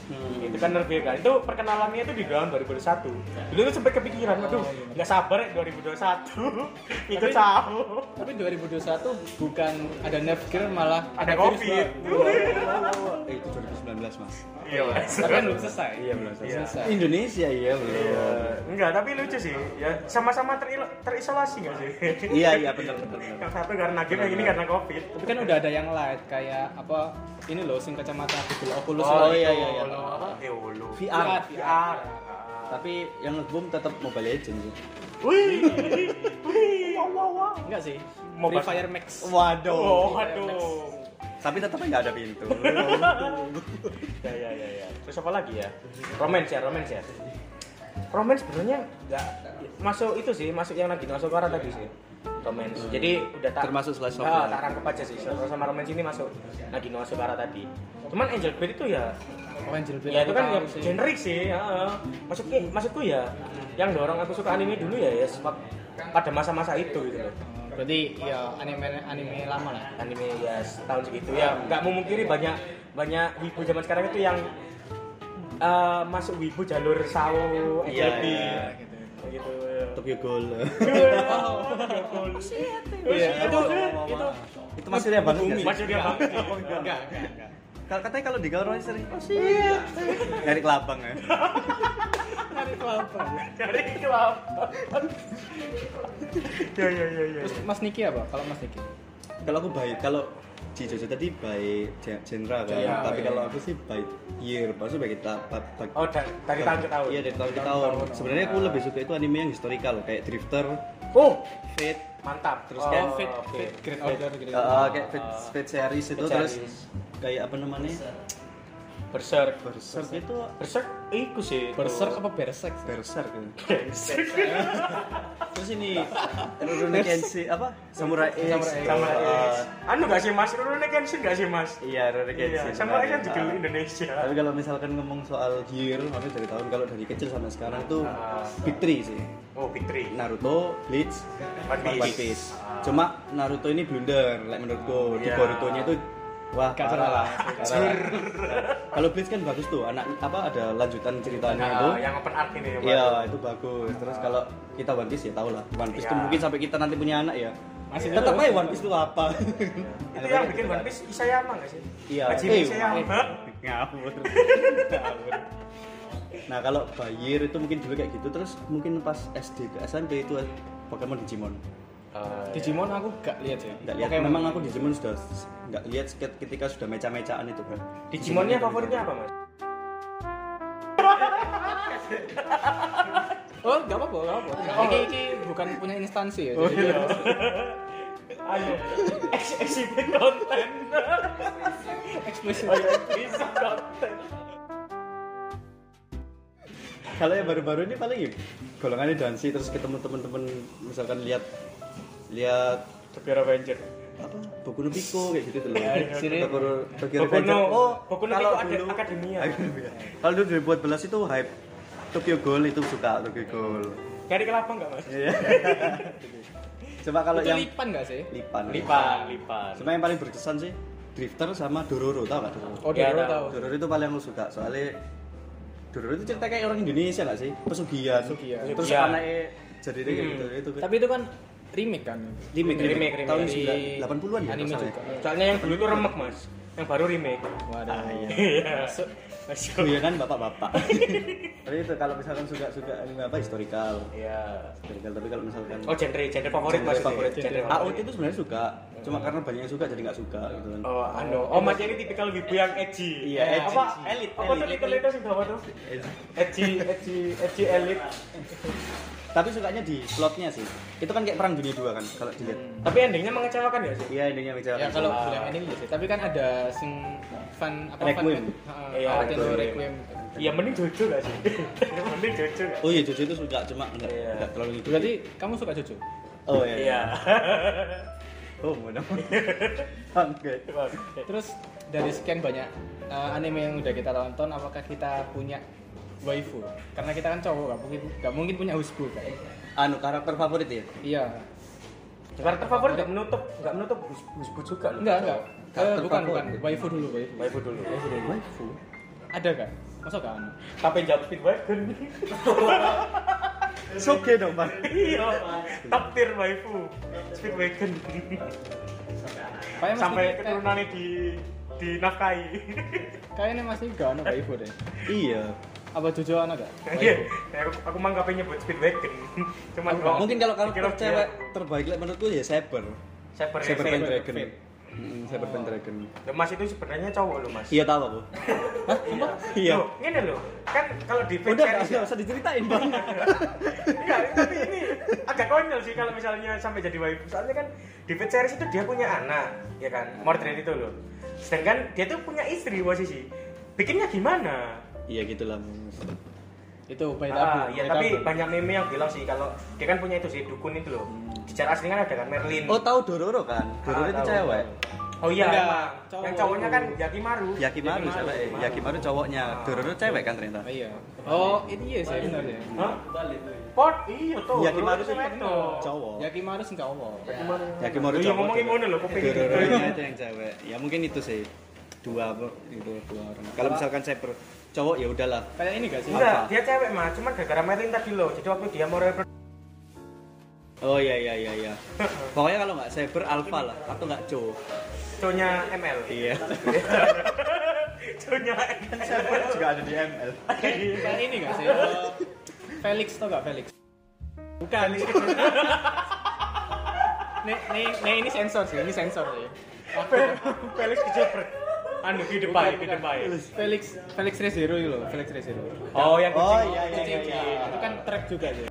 [SPEAKER 3] Itu kan Nerdbear kan. Itu perkenalannya itu di tahun 2021. Dulu tuh sempat kepikiran, aduh, nggak sabar ya 2021.
[SPEAKER 1] Tapi-
[SPEAKER 3] Ikut Sao.
[SPEAKER 1] Tapi 2021 bukan ada Nerfgear malah
[SPEAKER 3] Ada
[SPEAKER 1] virus
[SPEAKER 3] Covid.
[SPEAKER 1] baru.
[SPEAKER 2] Eh itu 2019 mas
[SPEAKER 3] Iya, Mas.
[SPEAKER 1] Tapi kan belum selesai.
[SPEAKER 2] Iya belum
[SPEAKER 1] Belum
[SPEAKER 2] selesai.
[SPEAKER 1] selesai.
[SPEAKER 2] Indonesia iya belum.
[SPEAKER 3] Iya, enggak, tapi lucu sih. Ya, sama-sama teril- terisolasi enggak sih?
[SPEAKER 2] Iya iya benar benar. benar.
[SPEAKER 3] yang satu karena game, yang ini karena Covid.
[SPEAKER 1] Tapi kan udah ada yang light kayak apa ini loh sing kacamata Google Oculus.
[SPEAKER 2] Oh,
[SPEAKER 1] loh.
[SPEAKER 2] iya, iya, iya.
[SPEAKER 3] Eolo, apa? Eolo.
[SPEAKER 2] VR.
[SPEAKER 1] VR.
[SPEAKER 2] Tapi yang ngebum tetap Mobile Legends. sih.
[SPEAKER 3] Wih. Wih. Wow, wow, wow.
[SPEAKER 1] Enggak sih.
[SPEAKER 3] Mau
[SPEAKER 1] Free
[SPEAKER 3] bahas-
[SPEAKER 1] Fire Max.
[SPEAKER 3] Oh,
[SPEAKER 2] Waduh.
[SPEAKER 3] aduh.
[SPEAKER 2] Tapi tetap nggak ada pintu.
[SPEAKER 3] Ya, ya, ya, ya. Terus apa lagi ya? Romance ya, romance ya. Romance sebenarnya enggak masuk itu sih, masuk yang lagi masuk Sokara tadi sih. Romance.
[SPEAKER 1] Hmm.
[SPEAKER 3] Jadi udah tak
[SPEAKER 2] Termasuk slice of
[SPEAKER 3] Ah,
[SPEAKER 2] life.
[SPEAKER 3] tak rangkep aja sih. Sokara sama romance ini masuk lagi masuk Sokara tadi. Cuman Angel Beat itu ya
[SPEAKER 1] Oh, Angel Beat.
[SPEAKER 3] ya itu kan
[SPEAKER 1] Aku
[SPEAKER 3] yang
[SPEAKER 1] tahu sih.
[SPEAKER 3] generik sih heeh. maksudku maksudku ya yang dorong aku suka anime dulu ya ya sempat pada masa-masa itu gitu loh
[SPEAKER 1] Berarti ya anime anime lama
[SPEAKER 3] Iya.
[SPEAKER 1] lah.
[SPEAKER 3] anime ya tahun segitu ya nggak memungkiri banyak banyak ibu zaman sekarang itu yang eh, masuk wibu jalur sawo
[SPEAKER 2] Iya,
[SPEAKER 3] SLB.
[SPEAKER 2] iya.
[SPEAKER 1] gitu.
[SPEAKER 3] Begitu.
[SPEAKER 2] Tokyo Ghoul.
[SPEAKER 3] Iya, itu itu
[SPEAKER 2] Itu maksudnya banget nggak sih?
[SPEAKER 3] maksudnya banget.
[SPEAKER 1] Enggak, enggak, enggak.
[SPEAKER 2] Kalau katanya kalau di gaul orang sering oh siap. Dari kelabang ya.
[SPEAKER 3] Dari kelapa. Ya ya ya ya.
[SPEAKER 1] Terus Mas Niki apa? Kalau Mas Niki?
[SPEAKER 2] Kalau aku baik, kalau Ci Jojo tadi baik gen- genre kan,
[SPEAKER 1] Genre,
[SPEAKER 2] tapi
[SPEAKER 1] iya.
[SPEAKER 2] kalau aku sih baik year, maksudnya baik kita ba- ba-
[SPEAKER 3] Oh, da- dari tahun ke tahun.
[SPEAKER 2] Iya, dari tahun ke tahun. Sebenarnya aku lebih suka itu anime yang historical kayak Drifter,
[SPEAKER 3] Oh,
[SPEAKER 2] Fate,
[SPEAKER 3] mantap. Oh,
[SPEAKER 2] Terus kayak
[SPEAKER 3] fit,
[SPEAKER 1] Fit, fit, Oh, great order gitu.
[SPEAKER 2] eh, kayak Fate, Fate series itu
[SPEAKER 3] Fate
[SPEAKER 2] terus
[SPEAKER 3] series.
[SPEAKER 2] kayak apa namanya?
[SPEAKER 3] Berserk.
[SPEAKER 2] Berserk itu
[SPEAKER 3] Berserk iku sih.
[SPEAKER 1] Berserk apa berserk? sih?
[SPEAKER 2] Berserk. ya.
[SPEAKER 3] Berserk.
[SPEAKER 2] Terus ini Rurouni Kenshin apa? Samurai X.
[SPEAKER 1] Samurai X.
[SPEAKER 3] Sama
[SPEAKER 2] Eh,
[SPEAKER 3] Anu gak sih Mas? Rurune Kenshin gak sih Mas?
[SPEAKER 2] Iya, Rurouni Kenshin.
[SPEAKER 3] Iya, sama
[SPEAKER 2] Nah,
[SPEAKER 3] kan juga
[SPEAKER 2] ah.
[SPEAKER 3] Indonesia.
[SPEAKER 2] Tapi kalau misalkan ngomong soal year, maksudnya dari tahun kalau dari kecil sampai sekarang tuh
[SPEAKER 3] Ah.
[SPEAKER 2] Big Three sih.
[SPEAKER 3] Oh,
[SPEAKER 2] Nah,
[SPEAKER 3] Fitri.
[SPEAKER 2] Naruto, Bleach,
[SPEAKER 3] One Piece.
[SPEAKER 2] One Piece.
[SPEAKER 3] Ah.
[SPEAKER 2] Cuma Naruto ini blunder, like menurutku di
[SPEAKER 3] Iya.
[SPEAKER 2] Boruto-nya itu wah
[SPEAKER 1] Gak
[SPEAKER 2] parah
[SPEAKER 1] salah.
[SPEAKER 2] lah. Parah. Kalau Bleach kan bagus tuh, anak apa ada lanjutan ceritanya itu.
[SPEAKER 3] Nah, yang open art ini ya, Mas.
[SPEAKER 2] nah. Iya, itu bagus. Terus kalau kita One Piece ya tau lah. One Piece
[SPEAKER 3] Iya.
[SPEAKER 2] tuh mungkin sampai kita nanti punya anak ya.
[SPEAKER 1] Masih
[SPEAKER 2] tetap
[SPEAKER 1] terus.
[SPEAKER 2] aja One Piece itu apa?
[SPEAKER 3] Itu yang bikin One Piece Isayama gak sih?
[SPEAKER 2] Iya.
[SPEAKER 3] Hajime
[SPEAKER 2] Eh,
[SPEAKER 3] Isayama.
[SPEAKER 2] ngawur. Ngawur. Nah, kalau Bayir itu mungkin dulu kayak gitu terus mungkin pas SD ke SMP itu eh, Pokemon Digimon.
[SPEAKER 1] Digimon aku gak lihat ya.
[SPEAKER 2] Enggak lihat.
[SPEAKER 1] Pokemon.
[SPEAKER 2] Memang aku Digimon sudah enggak lihat ket- ketika sudah meca-mecaan itu, Bro.
[SPEAKER 3] Digimonnya favoritnya apa, Mas?
[SPEAKER 1] Oh, gak apa-apa, gak apa-apa. Iki, iki bukan punya instansi ya. jadi-
[SPEAKER 3] Ayo, ex- exhibit konten.
[SPEAKER 1] Eksplisit.
[SPEAKER 3] Oh, iya. Bisa konten.
[SPEAKER 2] Kalau yang baru-baru ini paling ya golongannya dansi terus ketemu teman-teman misalkan lihat lihat
[SPEAKER 3] Tapi Avenger.
[SPEAKER 2] apa Boku no Pico kayak gitu tuh loh.
[SPEAKER 1] sini.
[SPEAKER 2] Boku no Tokyo
[SPEAKER 3] Boku
[SPEAKER 2] Revenger.
[SPEAKER 3] no-
[SPEAKER 2] Oh,
[SPEAKER 3] Boku no
[SPEAKER 2] kalau
[SPEAKER 3] Pico ada
[SPEAKER 2] dulu-
[SPEAKER 3] akademia.
[SPEAKER 2] Akademia. Kalau dulu 2014 itu hype Tokyo Ghoul itu suka Tokyo Ghoul.
[SPEAKER 3] Dari kelapa enggak, Mas?
[SPEAKER 2] Iya. Coba kalau
[SPEAKER 1] Itu
[SPEAKER 2] yang
[SPEAKER 1] lipan gak sih?
[SPEAKER 2] Lipan.
[SPEAKER 3] Lipan, lipan.
[SPEAKER 2] Cuma yang paling berkesan sih Drifter sama Dororo, tau gak Dororo?
[SPEAKER 1] Oh,
[SPEAKER 3] Iya,
[SPEAKER 1] Dororo
[SPEAKER 3] tahu.
[SPEAKER 1] tahu.
[SPEAKER 2] Dororo itu paling aku suka soalnya Dororo itu cerita kayak orang Indonesia gak sih? Pesugihan.
[SPEAKER 1] Pesugihan.
[SPEAKER 2] Terus
[SPEAKER 3] Pesugihan.
[SPEAKER 2] anaknya jadi kayak gitu itu.
[SPEAKER 1] Tapi itu kan remake kan.
[SPEAKER 2] remake,
[SPEAKER 3] remake, remake.
[SPEAKER 2] tahun
[SPEAKER 1] Dari
[SPEAKER 2] 80-an ya
[SPEAKER 1] Anime
[SPEAKER 2] maksudnya.
[SPEAKER 1] juga.
[SPEAKER 3] Soalnya yang dulu tuh remek, Mas. Yang baru remake.
[SPEAKER 1] Waduh.
[SPEAKER 2] Ah, iya.
[SPEAKER 3] Iya.
[SPEAKER 1] Masuk.
[SPEAKER 3] Masuk.
[SPEAKER 2] Guyonan bapak-bapak. tapi itu kalau misalkan suka-suka anime apa historical.
[SPEAKER 3] Iya.
[SPEAKER 2] Historical tapi kalau misalkan
[SPEAKER 3] Oh, genre, genre favorit
[SPEAKER 2] genre
[SPEAKER 3] Mas.
[SPEAKER 2] favorit.
[SPEAKER 3] Genre
[SPEAKER 2] AOT
[SPEAKER 3] favorit.
[SPEAKER 2] itu sebenarnya suka, cuma karena banyak yang suka jadi nggak suka gitu kan.
[SPEAKER 3] Oh, anu. Oh, Mas ini tipikal wibu yang edgy. Eh,
[SPEAKER 2] Iya, edgy.
[SPEAKER 3] Apa?
[SPEAKER 2] Elit,
[SPEAKER 3] Apa tuh
[SPEAKER 2] elit.
[SPEAKER 3] little-little sing bawah tuh? Edgy, edgy, edgy elit.
[SPEAKER 2] Tapi sukanya di plotnya sih. Itu kan kayak perang dunia dua kan kalau dilihat.
[SPEAKER 3] Tapi endingnya mengecewakan Hmm. ya sih?
[SPEAKER 2] Iya endingnya bicara.
[SPEAKER 1] Ya kalau bilang ini iya sih, tapi kan ada sing fan apa fan
[SPEAKER 2] Requiem.
[SPEAKER 3] Iya,
[SPEAKER 1] iya, Requiem.
[SPEAKER 2] Requiem.
[SPEAKER 1] Requiem.
[SPEAKER 3] Ya mending Jojo gak sih? mending Jojo gak?
[SPEAKER 2] Oh iya Jojo itu suka cuma nggak
[SPEAKER 3] Iya.
[SPEAKER 2] nggak terlalu gitu.
[SPEAKER 1] Berarti kamu suka Jojo?
[SPEAKER 2] Oh iya.
[SPEAKER 3] Iya.
[SPEAKER 2] Oh mudah. Oke.
[SPEAKER 3] eh.
[SPEAKER 1] Terus dari sekian banyak uh, anime yang udah kita tonton, apakah kita punya waifu? Karena kita kan cowok, gak mungkin, gak mungkin punya husbu kan?
[SPEAKER 2] Anu karakter favorit ya?
[SPEAKER 1] Iya.
[SPEAKER 3] Karakter favorit gak menutup, gak menutup Gus- Gusbu juga loh.
[SPEAKER 1] Enggak, enggak. Eh,
[SPEAKER 2] Karakter
[SPEAKER 1] bukan, bukan.
[SPEAKER 2] favorit.
[SPEAKER 1] Waifu dulu, waifu.
[SPEAKER 3] Waifu dulu.
[SPEAKER 2] Waifu.
[SPEAKER 1] Ada kan? Masa kan?
[SPEAKER 3] Tapi jawab wagon.
[SPEAKER 2] Oke dong bang.
[SPEAKER 3] Iya. Takdir waifu. Speed wagon. Eh,
[SPEAKER 1] Kayak eh, Mas
[SPEAKER 3] Sampai
[SPEAKER 1] Niki-
[SPEAKER 3] keturunannya di dinafkahi.
[SPEAKER 1] eh, Kayaknya masih gak ada waifu deh.
[SPEAKER 2] Iya.
[SPEAKER 1] Apa Jojo ada gak?
[SPEAKER 2] Oh,
[SPEAKER 3] Iya.
[SPEAKER 1] Waifu.
[SPEAKER 3] Ya, aku- Aku mah gak pengen nyebut speed wagon. Cuman
[SPEAKER 1] Aku-
[SPEAKER 3] kalau-
[SPEAKER 2] Mungkin kalau
[SPEAKER 3] dikira
[SPEAKER 2] karakter
[SPEAKER 3] dia-
[SPEAKER 2] cewek terbaik lah menurutku ya Saber.
[SPEAKER 3] Saber
[SPEAKER 2] Saber
[SPEAKER 3] Saber.
[SPEAKER 2] Pendragon. Mm, Saber Pendragon.
[SPEAKER 3] Loh, Mas itu sebenarnya cowok loh mas.
[SPEAKER 2] Iya tahu aku.
[SPEAKER 1] Hah? Sumpah?
[SPEAKER 2] Iya.
[SPEAKER 3] Loh, Ini loh. Kan kalau di
[SPEAKER 2] Udah
[SPEAKER 3] series
[SPEAKER 2] nggak usah diceritain bang.
[SPEAKER 3] Enggak, tapi ini agak konyol sih kalau misalnya sampai jadi waifu. Soalnya kan di Fate series itu dia punya anak, ya kan? Mordred itu loh. Sedangkan dia tuh punya istri posisi. Bikinnya gimana?
[SPEAKER 2] Iya gitulah. Mas.
[SPEAKER 3] Hmm.
[SPEAKER 1] Itu bayi tabu.
[SPEAKER 3] Ah, ya
[SPEAKER 1] bayi
[SPEAKER 3] tapi
[SPEAKER 1] tabu.
[SPEAKER 3] banyak meme yang bilang sih kalau dia kan punya itu sih dukun itu loh. Di cara asli kan ada kan Merlin.
[SPEAKER 2] Hmm. Oh tahu Dororo kan? Dororo
[SPEAKER 3] Ah,
[SPEAKER 2] itu
[SPEAKER 3] tahu.
[SPEAKER 2] cewek.
[SPEAKER 3] Oh iya,
[SPEAKER 1] Enggak,
[SPEAKER 3] emang.
[SPEAKER 1] cowok.
[SPEAKER 3] yang cowoknya kan Yakimaru. Ah.
[SPEAKER 2] Yakimaru cewek. Yakimaru cowoknya. Dororo cewek kan ternyata.
[SPEAKER 1] Oh, Iya. Oh, itu iya sih benar ya.
[SPEAKER 3] Hah? Pot, iya tuh.
[SPEAKER 2] Yakimaru itu
[SPEAKER 3] cowok.
[SPEAKER 2] cowok.
[SPEAKER 1] Yakimaru sing Ya, gak apa.
[SPEAKER 2] Yakimaru
[SPEAKER 3] Ya- Iya
[SPEAKER 2] cowok.
[SPEAKER 3] ngomongin ngono loh, kuping.
[SPEAKER 2] Dororonya itu yang cewek. Ya mungkin itu sih dua apa, gitu dua orang. Kalau misalkan Saber cowok ya udahlah
[SPEAKER 1] kayak ini gak sih
[SPEAKER 3] Enggak,
[SPEAKER 2] Apa?
[SPEAKER 3] dia cewek mah, cuma gara-gara merin tadi loh. Jadi waktu dia mau reproduksi
[SPEAKER 2] oh iya iya iya iya pokoknya kalau nggak cyber alpha lah atau nggak cowok
[SPEAKER 3] cowoknya ML.
[SPEAKER 2] iya
[SPEAKER 3] Cowoknya ML.
[SPEAKER 2] cyber juga ada di ML
[SPEAKER 1] kayak kayak ini gak sih Eh, Felix tau gak Felix bukan nih nih nih ini sensor sih ini sensor sih Aku-
[SPEAKER 3] Felix kejebret. Anu hidup
[SPEAKER 1] bukan,
[SPEAKER 3] baik,
[SPEAKER 1] bukan.
[SPEAKER 3] hidup baik.
[SPEAKER 1] Felix Felix Rezero itu loh Felix Rezero
[SPEAKER 3] Oh, yang
[SPEAKER 2] oh
[SPEAKER 3] kucing.
[SPEAKER 2] iya iya iya, iya
[SPEAKER 1] itu kan track juga sih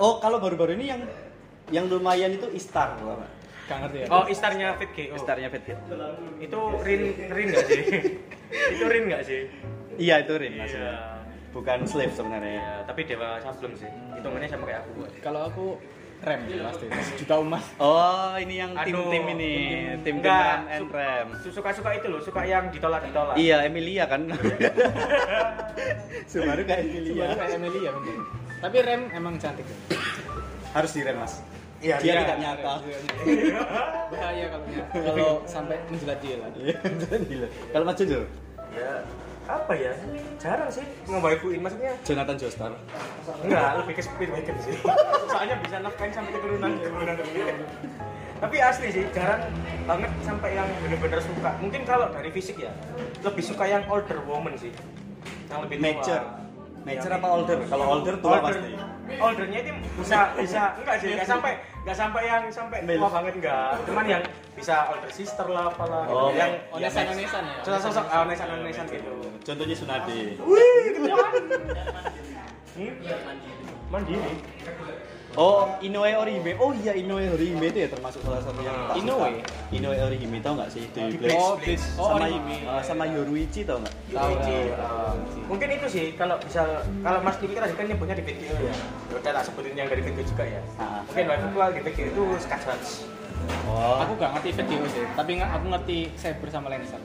[SPEAKER 2] oh kalau baru-baru ini yang yang lumayan itu Istar loh
[SPEAKER 1] gak ngerti ya
[SPEAKER 3] Oh, istarnya Fit G. Oh.
[SPEAKER 2] Istarnya Fitbit
[SPEAKER 3] Itu Rin Rin enggak sih? itu Rin enggak sih?
[SPEAKER 2] iya itu Rin maksudnya
[SPEAKER 3] Iya.
[SPEAKER 2] bukan slave sebenarnya
[SPEAKER 3] Ya, tapi Dewa Sableng sih. Hitungannya sama kayak aku.
[SPEAKER 1] kalau aku rem pasti sejuta umat
[SPEAKER 2] oh ini yang
[SPEAKER 3] Aduh,
[SPEAKER 2] tim-tim ini
[SPEAKER 3] tim-tim.
[SPEAKER 2] tim-tim
[SPEAKER 3] Enggak,
[SPEAKER 2] Ram and
[SPEAKER 3] su-
[SPEAKER 2] Ram
[SPEAKER 3] Suka-suka itu loh, suka yang ditolak-ditolak.
[SPEAKER 2] iya Emilia kan Subaru kayak
[SPEAKER 1] Iya,
[SPEAKER 2] Emilia
[SPEAKER 1] kayak Emily ya mungkin. Tapi Rem emang cantik.
[SPEAKER 2] harus direm mas
[SPEAKER 3] Iya,
[SPEAKER 2] dia
[SPEAKER 3] iya.
[SPEAKER 2] tidak nyata
[SPEAKER 1] iya. Bahaya kalau kalau sampai menjelat dia lah.
[SPEAKER 2] Iya, beneran gila. kalau Mas Jojo
[SPEAKER 3] Ya, apa ya? Jarang sih ngewaifuin maksudnya.
[SPEAKER 2] Jonathan Joestar
[SPEAKER 3] ya? Enggak, lebih ke speedwagon sih. Soalnya bisa nafkain sampai keturunan keturunan. Tapi asli sih, jarang banget sampai yang bener-bener suka. Mungkin kalau dari fisik ya, lebih suka yang older woman sih. Yang lebih tua.
[SPEAKER 2] Major Major
[SPEAKER 3] Ya,
[SPEAKER 2] apa older? Kalau older tua
[SPEAKER 3] Older-
[SPEAKER 2] pasti
[SPEAKER 3] Oldernya itu bisa bisa enggak sih, enggak sampai enggak sampai yang sampai
[SPEAKER 2] Mil.
[SPEAKER 3] tua banget enggak. Cuman yang bisa older sister lah apalah gitu.
[SPEAKER 2] Oh,
[SPEAKER 3] yang
[SPEAKER 2] Major.
[SPEAKER 1] Onesan onesan ya.
[SPEAKER 3] sosok-sosok ah, onesan-onesan gitu.
[SPEAKER 2] Contohnya Sunade
[SPEAKER 3] Wih, ketahuan. Hmm? Mandiri.
[SPEAKER 2] Oh, Inoue Orihime. Oh iya, Inoue Orihime itu ya termasuk salah satu yang tak suka.
[SPEAKER 1] Inoue?
[SPEAKER 2] Inoue Orihime tau nggak sih di
[SPEAKER 3] Blitz.
[SPEAKER 2] Blitz?
[SPEAKER 1] Oh, please. Oh,
[SPEAKER 2] sama
[SPEAKER 1] anime.
[SPEAKER 2] eh, sama Yoruichi tau nggak?
[SPEAKER 1] Tahu,
[SPEAKER 3] Luigi.
[SPEAKER 1] tahu,
[SPEAKER 3] Uh, mungkin itu sih kalau bisa kalau Mas Diki kan kan nyebutnya di video ya. Ya Udah tak sebutin yang dari video juga ya.
[SPEAKER 2] Ah.
[SPEAKER 3] Mungkin waifu keluar di video itu Skachans.
[SPEAKER 2] Oh,
[SPEAKER 1] Aku gak ngerti video sih, tapi nggak- aku ngerti cyber sama lenser.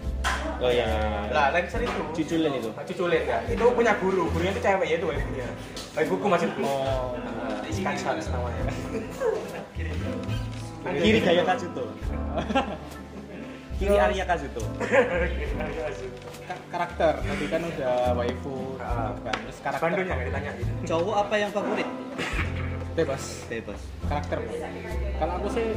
[SPEAKER 2] oh iya.
[SPEAKER 3] Lah, Lancer itu
[SPEAKER 2] Cuculen itu.
[SPEAKER 3] Nah, cuculin ya. Itu punya guru, gurunya itu cewek ya itu waifunya. Waifuku maksudku.
[SPEAKER 1] Oh,
[SPEAKER 3] Uh, Skachans namanya.
[SPEAKER 2] Kiri gaya Kazuto. Kiri Arya Kazuto.
[SPEAKER 1] ka- karakter tadi kan udah waifu,
[SPEAKER 3] Ah.
[SPEAKER 1] kan. Terus karakter
[SPEAKER 3] Bandungnya nggak ditanya gitu.
[SPEAKER 2] Cowok apa yang favorit?
[SPEAKER 1] bebas.
[SPEAKER 2] Bebas.
[SPEAKER 1] Karakter. Kalau aku sih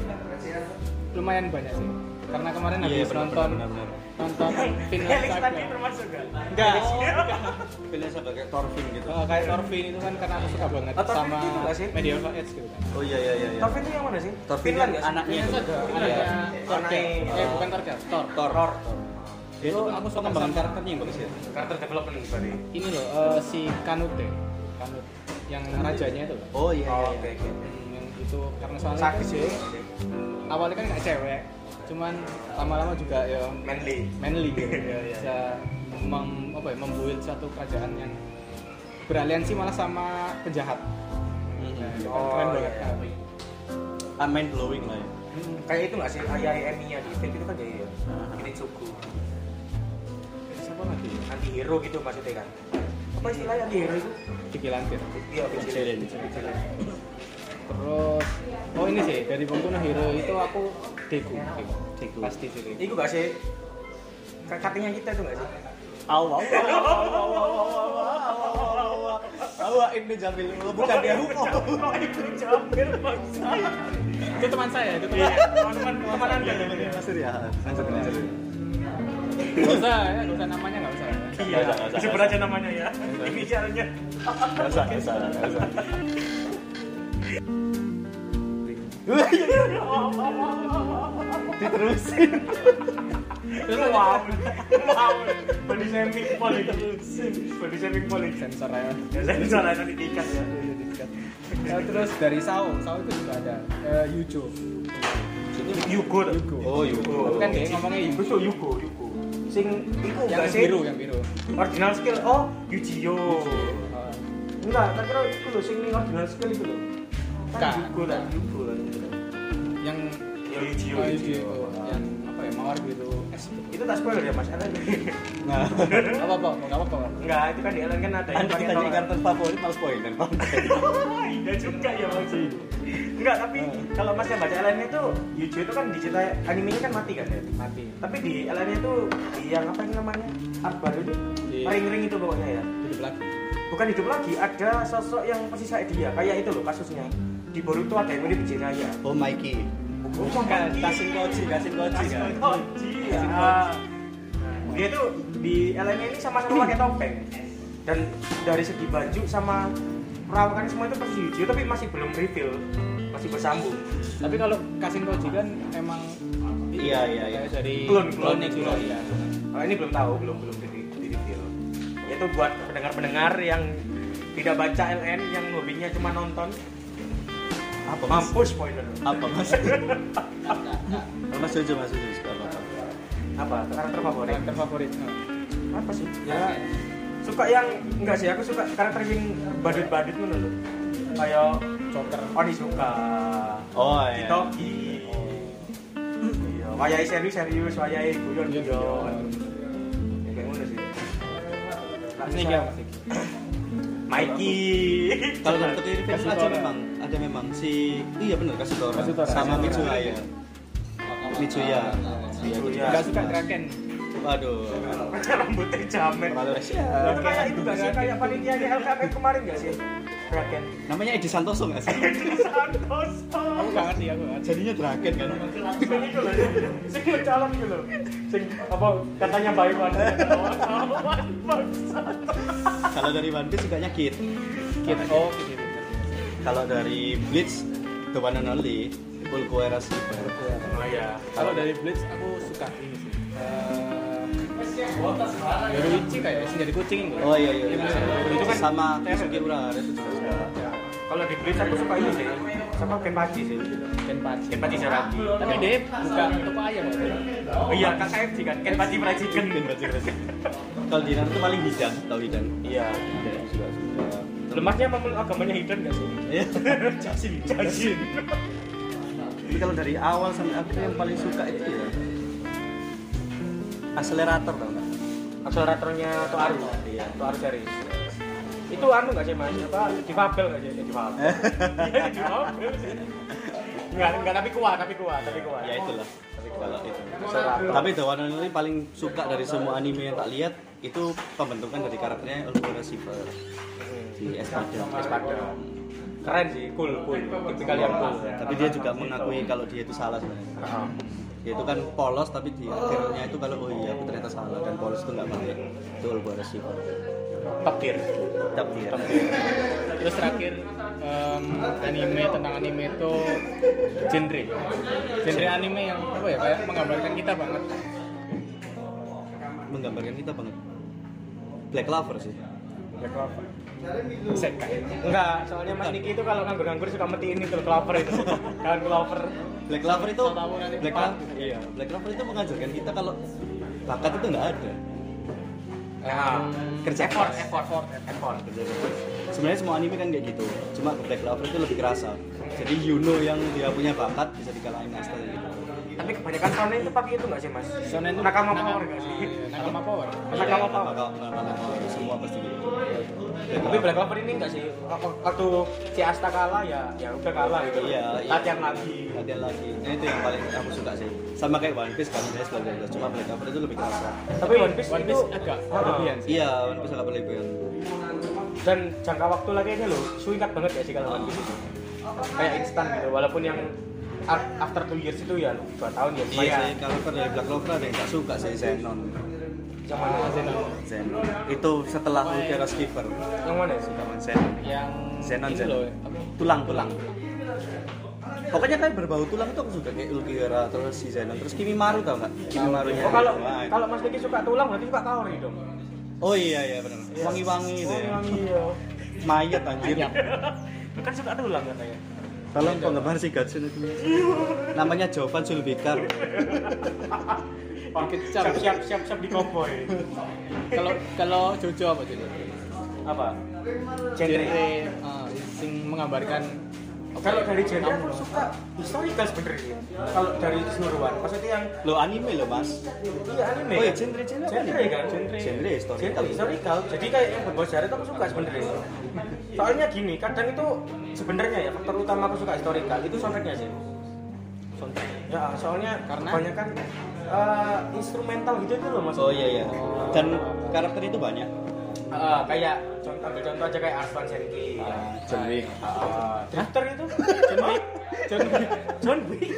[SPEAKER 1] lumayan banyak sih. Karena kemarin
[SPEAKER 2] Iya,
[SPEAKER 1] Kan habis
[SPEAKER 2] benar,
[SPEAKER 1] nonton
[SPEAKER 2] benar, benar,
[SPEAKER 1] nonton Finland
[SPEAKER 3] Felix
[SPEAKER 1] Saga.
[SPEAKER 3] tadi termasuk nggak? Iya.
[SPEAKER 1] Enggak.
[SPEAKER 3] Felix.
[SPEAKER 2] Pilih sebagai Thorfinn gitu.
[SPEAKER 1] Eh, kayak Thorfinn itu kan karena aku suka banget
[SPEAKER 3] Oh, Thorfinn
[SPEAKER 1] sama
[SPEAKER 3] itu nggak sih?
[SPEAKER 1] Medieval Age gitu kan.
[SPEAKER 2] Oh iya iya iya. iya.
[SPEAKER 3] Torfin itu yang mana sih?
[SPEAKER 2] Thorfinn
[SPEAKER 3] Finland nggak sih?
[SPEAKER 2] anaknya itu. Iya.
[SPEAKER 1] Anaknya Torkel.
[SPEAKER 3] Anaknya-
[SPEAKER 1] Eh bukan Torkel, Thor.
[SPEAKER 2] Thor.
[SPEAKER 3] Thor.
[SPEAKER 2] Dia itu aku suka pengembangan
[SPEAKER 1] sama-
[SPEAKER 2] karakternya yang bagus ya.
[SPEAKER 3] Karakter development berarti.
[SPEAKER 1] Ini loh eh, si Kanute, Kanut yang rajanya itu loh.
[SPEAKER 2] Oh iya
[SPEAKER 3] Oh,
[SPEAKER 2] iya.
[SPEAKER 3] oke
[SPEAKER 2] iya.
[SPEAKER 3] oke.
[SPEAKER 1] Yang itu karena soalnya
[SPEAKER 3] Sakit
[SPEAKER 1] itu
[SPEAKER 3] sih.
[SPEAKER 1] dia, awalnya kan nggak cewek, cuman lama-lama juga ya
[SPEAKER 3] Manly.
[SPEAKER 1] manly gitu.
[SPEAKER 3] Iya, iya.
[SPEAKER 1] bisa mem, apa ya, membuild satu kerajaan yang beraliansi malah sama penjahat.
[SPEAKER 2] Mhm.
[SPEAKER 1] Kan
[SPEAKER 3] Oh,
[SPEAKER 1] keren
[SPEAKER 3] iya,
[SPEAKER 1] banget.
[SPEAKER 3] iya.
[SPEAKER 1] kan.
[SPEAKER 2] Ah, mind blowing lah ya.
[SPEAKER 1] Hmm.
[SPEAKER 3] Kayak itu nggak sih? Ayah Emi ya di film itu kan jadi ini suku
[SPEAKER 1] Siapa lagi? ya?
[SPEAKER 3] anti hero gitu maksudnya kan? Apa istilahnya anti hero itu?
[SPEAKER 1] Vicky Lantir.
[SPEAKER 3] Iya,
[SPEAKER 2] Vigilant.
[SPEAKER 1] Terus, oh ini sih dari Boku no Hero itu aku Deku. Deku. Pasti sih Deku.
[SPEAKER 3] Itu nggak sih? Ka- Cuttingnya kita itu nggak sih?
[SPEAKER 2] Awa, awa, awa, awa, awa, awa, awa, awa. Awa, Ibnu Jamil. Oh, bukan dia Hugo.
[SPEAKER 3] Kok itu jamir bangsa?
[SPEAKER 1] Itu teman saya, itu teman.
[SPEAKER 3] Iya, teman-teman teman anda kan ya?
[SPEAKER 2] Mas Surya. Lanjut, lanjut.
[SPEAKER 1] Gak usah, ya, gak usah namanya gak usah. ya.
[SPEAKER 3] Iya,
[SPEAKER 2] Nggak usah, nggak usah.
[SPEAKER 3] sebut aja namanya ya. Ini caranya.
[SPEAKER 2] Nggak usah, nggak usah, nggak usah. Diterusin.
[SPEAKER 1] Terus wow.
[SPEAKER 3] wow, wow, body shaming politik, body shaming politik.
[SPEAKER 1] sensor ya.
[SPEAKER 3] Ya saya bisa lain nanti diikat ya.
[SPEAKER 1] Ya, terus dari Sao, Sao itu juga ada eh, Yujo.
[SPEAKER 3] Yugo, dah.
[SPEAKER 1] Yugo.
[SPEAKER 2] Oh,
[SPEAKER 1] Tapi
[SPEAKER 2] Yugo.
[SPEAKER 1] kan dia ngomongnya Yugo.
[SPEAKER 3] Itu Yugo, Yugo. Sing iku
[SPEAKER 1] Yang
[SPEAKER 3] enggak sih?
[SPEAKER 1] biru, ya? yang biru.
[SPEAKER 3] Original skill oh Yujiyo.
[SPEAKER 1] Oh,
[SPEAKER 3] Enggak, tak kira itu lho sing ning original skill itu lho.
[SPEAKER 1] Enggak,
[SPEAKER 3] Kan Yugo lah,
[SPEAKER 1] enggak.
[SPEAKER 3] Yugo lah.
[SPEAKER 1] yang
[SPEAKER 3] Ya Yujiyo.
[SPEAKER 1] oh, Yuji itu, yang apa ya mawar biru. Es itu.
[SPEAKER 3] Itu tak spoiler ya Mas Alan.
[SPEAKER 2] Nah,
[SPEAKER 1] Gak apa-apa, gak apa-apa.
[SPEAKER 3] Enggak, itu kan di Alan kan ada yang
[SPEAKER 2] Anda
[SPEAKER 3] pakai
[SPEAKER 2] ditanya
[SPEAKER 3] tongkat.
[SPEAKER 2] karakter favorit, malah spoiler. Bang.
[SPEAKER 3] Iya, iya juga ya Mas. Enggak, tapi kalau Mas yang baca LN itu Yujo itu kan dicetak animenya kan mati kan ya? Mati. Tapi di LN itu yang apa yang namanya? Art baru itu
[SPEAKER 1] Di-
[SPEAKER 3] ring-ring itu pokoknya ya.
[SPEAKER 1] hidup lagi
[SPEAKER 3] Bukan hidup lagi, ada sosok yang persis kayak dia. Kayak itu loh kasusnya. Di Boruto ada yang mirip Jiraiya.
[SPEAKER 2] Oh Mikey.
[SPEAKER 3] Bukan kan?
[SPEAKER 2] Kasin Koji, Kasin Koji kan.
[SPEAKER 3] Ah. Dia tuh di LM ini sama-sama pakai topeng dan dari segi baju sama perawakan semua itu persis hijau tapi masih belum refill masih bersambung
[SPEAKER 1] tapi kalau kasin koji kan emang
[SPEAKER 2] Iya, iya, iya.
[SPEAKER 1] kayak dari
[SPEAKER 3] Clone, clone.
[SPEAKER 1] clone clone ya
[SPEAKER 3] Oh, ini belum tahu belum belum di, di refill itu buat pendengar-pendengar yang tidak baca LN yang hobinya cuma nonton
[SPEAKER 2] Apa mas?
[SPEAKER 3] mampus spoiler
[SPEAKER 2] Apa mas? mas Jojo, mas Jojo. Apa?
[SPEAKER 3] apa karakter favorit
[SPEAKER 1] karakter favorit Oh.
[SPEAKER 3] apa sih ya suka yang enggak sih aku suka karakter yang badut-badut gitu loh kayak
[SPEAKER 1] joker
[SPEAKER 3] Onitsuka
[SPEAKER 2] Oh iya.
[SPEAKER 3] Hitogi iya wayai serius serius wayai
[SPEAKER 1] Iya,
[SPEAKER 3] guyon
[SPEAKER 2] Iya,
[SPEAKER 3] guyon Ya, kayak ngono sih Nah,
[SPEAKER 1] ini
[SPEAKER 3] susah.
[SPEAKER 1] dia Mas.
[SPEAKER 3] Mikey
[SPEAKER 2] Kalau dalam terdiri film
[SPEAKER 1] Kasih
[SPEAKER 2] aja
[SPEAKER 1] Tora.
[SPEAKER 2] memang ada memang si iya benar kasih Tora
[SPEAKER 1] Kasih Tora.
[SPEAKER 2] sama
[SPEAKER 1] Kasih Tora.
[SPEAKER 2] Mitsuya. ya. Mitsuya. Iya,
[SPEAKER 3] Mitsuya.
[SPEAKER 1] nggak suka draken
[SPEAKER 2] Waduh.
[SPEAKER 3] rambutnya jamet
[SPEAKER 2] Terlalu rahasia.
[SPEAKER 3] itu kayak itu gak sih kayak panitianya LKM kemarin gak sih Draken
[SPEAKER 2] Namanya Edi Santoso nggak sih?
[SPEAKER 3] Santoso
[SPEAKER 1] aku banget nih aku nggak ngerti.
[SPEAKER 2] Jadinya Draken kan.
[SPEAKER 3] Sing iku lho, sing calon iku lho. Sing apa katanya Oh, baik banget.
[SPEAKER 2] Kalau dari One Piece sukanya Kid.
[SPEAKER 1] Kid oh kid
[SPEAKER 2] Kalau dari Blitz The One and Only Pulko Erasuba.
[SPEAKER 3] Oh iya.
[SPEAKER 1] kalau dari blitz aku suka ini sih Eh, Yoruichi kayak sih jadi kucing gitu.
[SPEAKER 2] Oh iya iya.
[SPEAKER 3] Itu kan-
[SPEAKER 2] sama Keisuke Urahara itu juga suka.
[SPEAKER 3] Kalau di Blitz aku suka ini sih. Sama Kenpachi sih.
[SPEAKER 1] Kenpachi.
[SPEAKER 3] Kenpachi Saragi.
[SPEAKER 1] Tapi dia buka toko ayam.
[SPEAKER 3] Oh iya, KKFC kan Kenpachi Fried Chicken.
[SPEAKER 2] Mungkin berarti berarti. Kalau di Naruto paling Hidan, tahu Hidan?
[SPEAKER 3] Iya.
[SPEAKER 2] Hidan juga suka.
[SPEAKER 3] Lemasnya memang agamanya hidden gak sih?
[SPEAKER 2] Iya. Jasin, Jasin. Tapi kalau dari awal sampai akhir yang paling suka itu ya akselerator tau nggak?
[SPEAKER 3] Akseleratornya Toaru. Iya, Toaru series. Itu anu gak sih Mas? Apa difabel gak sih? Ya, Difabel. Iya, difabel sih. Enggak, enggak tapi kuat, tapi kuat, tapi kuat.
[SPEAKER 2] Ya itulah. Kalau itu.
[SPEAKER 3] Akselerator.
[SPEAKER 2] Tapi The One and Only paling suka dari semua anime yang tak lihat itu pembentukan dari karakternya Ulquara Shiva di Espada.
[SPEAKER 3] Espada. Keren sih, cool, cool. Tipikal yang cool.
[SPEAKER 2] Tapi dia juga mengakui kalau dia itu salah sebenarnya. dia itu kan polos tapi di akhirnya itu kalau oh iya aku ternyata salah dan polos itu nggak baik itu gue resiko
[SPEAKER 3] Petir.
[SPEAKER 2] tapi
[SPEAKER 1] Terus terakhir em, anime tentang anime itu genre. Genre anime yang apa ya kayak menggambarkan kita banget.
[SPEAKER 2] menggambarkan kita banget black lover sih
[SPEAKER 1] Sekai.
[SPEAKER 3] Enggak, soalnya Mas Niki itu kalau nganggur-nganggur suka metiin itu clover itu. Daun clover.
[SPEAKER 2] black lover itu
[SPEAKER 1] tahu nanti
[SPEAKER 2] black
[SPEAKER 1] Pak.
[SPEAKER 2] lover iya black lover itu mengajarkan kita kalau bakat itu nggak ada
[SPEAKER 3] Nah,
[SPEAKER 2] kerja
[SPEAKER 3] effort,
[SPEAKER 2] keras.
[SPEAKER 3] effort, effort.
[SPEAKER 2] Kerja keras. sebenarnya semua anime kan kayak gitu cuma black lover itu lebih kerasa jadi Yuno yang dia punya bakat bisa dikalahin Asta gitu
[SPEAKER 3] Tapi kebanyakan shonen itu pakai itu enggak sih, Mas?
[SPEAKER 1] Shonen itu Iya,
[SPEAKER 3] nakama power enggak sih?
[SPEAKER 1] Nakama Power.
[SPEAKER 3] Nakama
[SPEAKER 2] Iya,
[SPEAKER 3] power.
[SPEAKER 2] nakama- nakama- semua pasti gitu
[SPEAKER 3] Tapi Black Clover ini enggak sih. Waktu si Asta kalah ya ya udah kalah gitu.
[SPEAKER 2] Iya, iya.
[SPEAKER 3] Latihan lagi.
[SPEAKER 2] latihan lagi nah, itu yang paling aku suka sih sama kayak One Piece kan guys kalau jelas cuma Black Clover itu lebih kerasa
[SPEAKER 3] Tapi One Piece,
[SPEAKER 1] One Piece
[SPEAKER 3] itu
[SPEAKER 1] agak
[SPEAKER 3] Ah,
[SPEAKER 1] berlebihan sih.
[SPEAKER 2] iya One Piece agak berlebihan
[SPEAKER 3] dan jangka waktu lagi ini loh singkat banget ya sih kalau One Piece itu kayak instan gitu walaupun yang a- after two years itu ya 2 tahun ya
[SPEAKER 2] iya
[SPEAKER 3] lumayan.
[SPEAKER 2] sih karakter dari Black Clover ada yang gak suka sih Zenon
[SPEAKER 3] yang mana Zenon
[SPEAKER 2] Zenon itu setelah Ulkera Skipper
[SPEAKER 3] yang mana sih
[SPEAKER 2] Kawan Zenon
[SPEAKER 1] Yang
[SPEAKER 2] Zenon
[SPEAKER 1] ini
[SPEAKER 2] Zenon
[SPEAKER 1] loh, apa?
[SPEAKER 2] tulang tulang pokoknya kayak berbau tulang itu aku suka kayak Ulkera terus si Zenon terus Kimimaru tau nggak Kimimarunya
[SPEAKER 3] oh kalau
[SPEAKER 2] Wah, itu.
[SPEAKER 3] kalau Mas Niki suka tulang berarti suka kaori dong
[SPEAKER 2] oh Iya, iya iya benar wangi-wangi itu ya
[SPEAKER 3] iya
[SPEAKER 2] mayat anjir
[SPEAKER 1] Anyap.
[SPEAKER 3] kan suka tulang katanya
[SPEAKER 2] Tolong penggemar si Gatsun itu. Namanya Jovan Zulfikar.
[SPEAKER 1] Dikit cap.
[SPEAKER 3] siap siap siap siap di cowboy
[SPEAKER 1] Kalau kalau Jojo apa jadi?
[SPEAKER 3] apa genre
[SPEAKER 1] Genre eh, sing ah, menggambarkan
[SPEAKER 3] Kalau dari genre aku suka historical sebenarnya. Kalau dari keseluruhan, maksudnya yang
[SPEAKER 2] Lo anime lo mas.
[SPEAKER 3] iya anime.
[SPEAKER 2] Oh ya
[SPEAKER 3] kan?
[SPEAKER 2] genre genre apa
[SPEAKER 3] genre
[SPEAKER 2] nih?
[SPEAKER 3] kan, genre.
[SPEAKER 2] Genre historical.
[SPEAKER 3] Genre historical. Jadi kayak yang berbau sejarah itu aku suka sebenarnya. Soalnya gini, kadang itu sebenarnya ya faktor utama aku suka historical itu soundtracknya sih. Soundtrack. Ya, soalnya
[SPEAKER 1] Karena?
[SPEAKER 3] kebanyakan eh, instrumental gitu itu loh mas.
[SPEAKER 2] Oh iya iya. Dan karakter itu banyak.
[SPEAKER 3] Eh, kayak contoh ambil contoh aja kayak Arslan Senki.
[SPEAKER 2] John Wick.
[SPEAKER 3] Ah, Drifter itu John Wick John Wick John Wick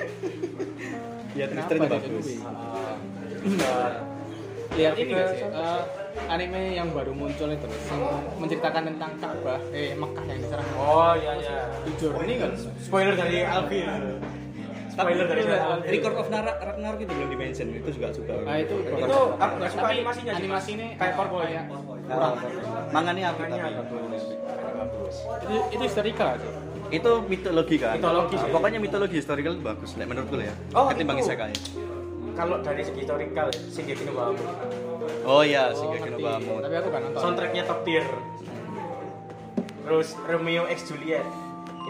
[SPEAKER 2] Ya
[SPEAKER 1] Kenapa
[SPEAKER 2] Twister itu
[SPEAKER 1] dia
[SPEAKER 2] bagus.
[SPEAKER 1] John Wick?
[SPEAKER 3] Ah,
[SPEAKER 2] Eh,
[SPEAKER 3] ah,
[SPEAKER 1] lihat ini gak sih eh, anime yang baru muncul itu yang menceritakan tentang Ka'bah eh Mekah yang diserang
[SPEAKER 3] oh iya iya
[SPEAKER 1] jujur ini kan
[SPEAKER 3] spoiler dari Alvin
[SPEAKER 2] Tapi
[SPEAKER 3] spoiler dari
[SPEAKER 2] itu
[SPEAKER 3] Alvin
[SPEAKER 2] Record of Nara- Ragnarok itu belum dimention itu juga suka.
[SPEAKER 1] Nah, itu
[SPEAKER 3] itu aku nggak suka
[SPEAKER 1] Tapi
[SPEAKER 3] animasinya sih, Mas.
[SPEAKER 1] animasi ini
[SPEAKER 3] kayak
[SPEAKER 1] eh,
[SPEAKER 3] Corboy
[SPEAKER 1] kayak-
[SPEAKER 2] kurang. Manganya aku
[SPEAKER 3] Makanya
[SPEAKER 2] tapi.
[SPEAKER 3] bagus
[SPEAKER 1] itu itu historical sih
[SPEAKER 2] Itu mitologi kan.
[SPEAKER 3] Mitologi
[SPEAKER 2] Ah,
[SPEAKER 3] sih.
[SPEAKER 2] Pokoknya mitologi historical itu bagus lah menurutku lah ya.
[SPEAKER 3] Oh,
[SPEAKER 2] ketimbang
[SPEAKER 3] itu.
[SPEAKER 2] isekai.
[SPEAKER 3] kalau dari segi historical Shingeki no Bahamut
[SPEAKER 2] Oh iya,
[SPEAKER 1] Oh,
[SPEAKER 2] Shingeki no
[SPEAKER 1] ngerti.
[SPEAKER 2] Bahamut.
[SPEAKER 1] tapi aku kan nonton
[SPEAKER 3] soundtracknya top tier terus Romeo x Juliet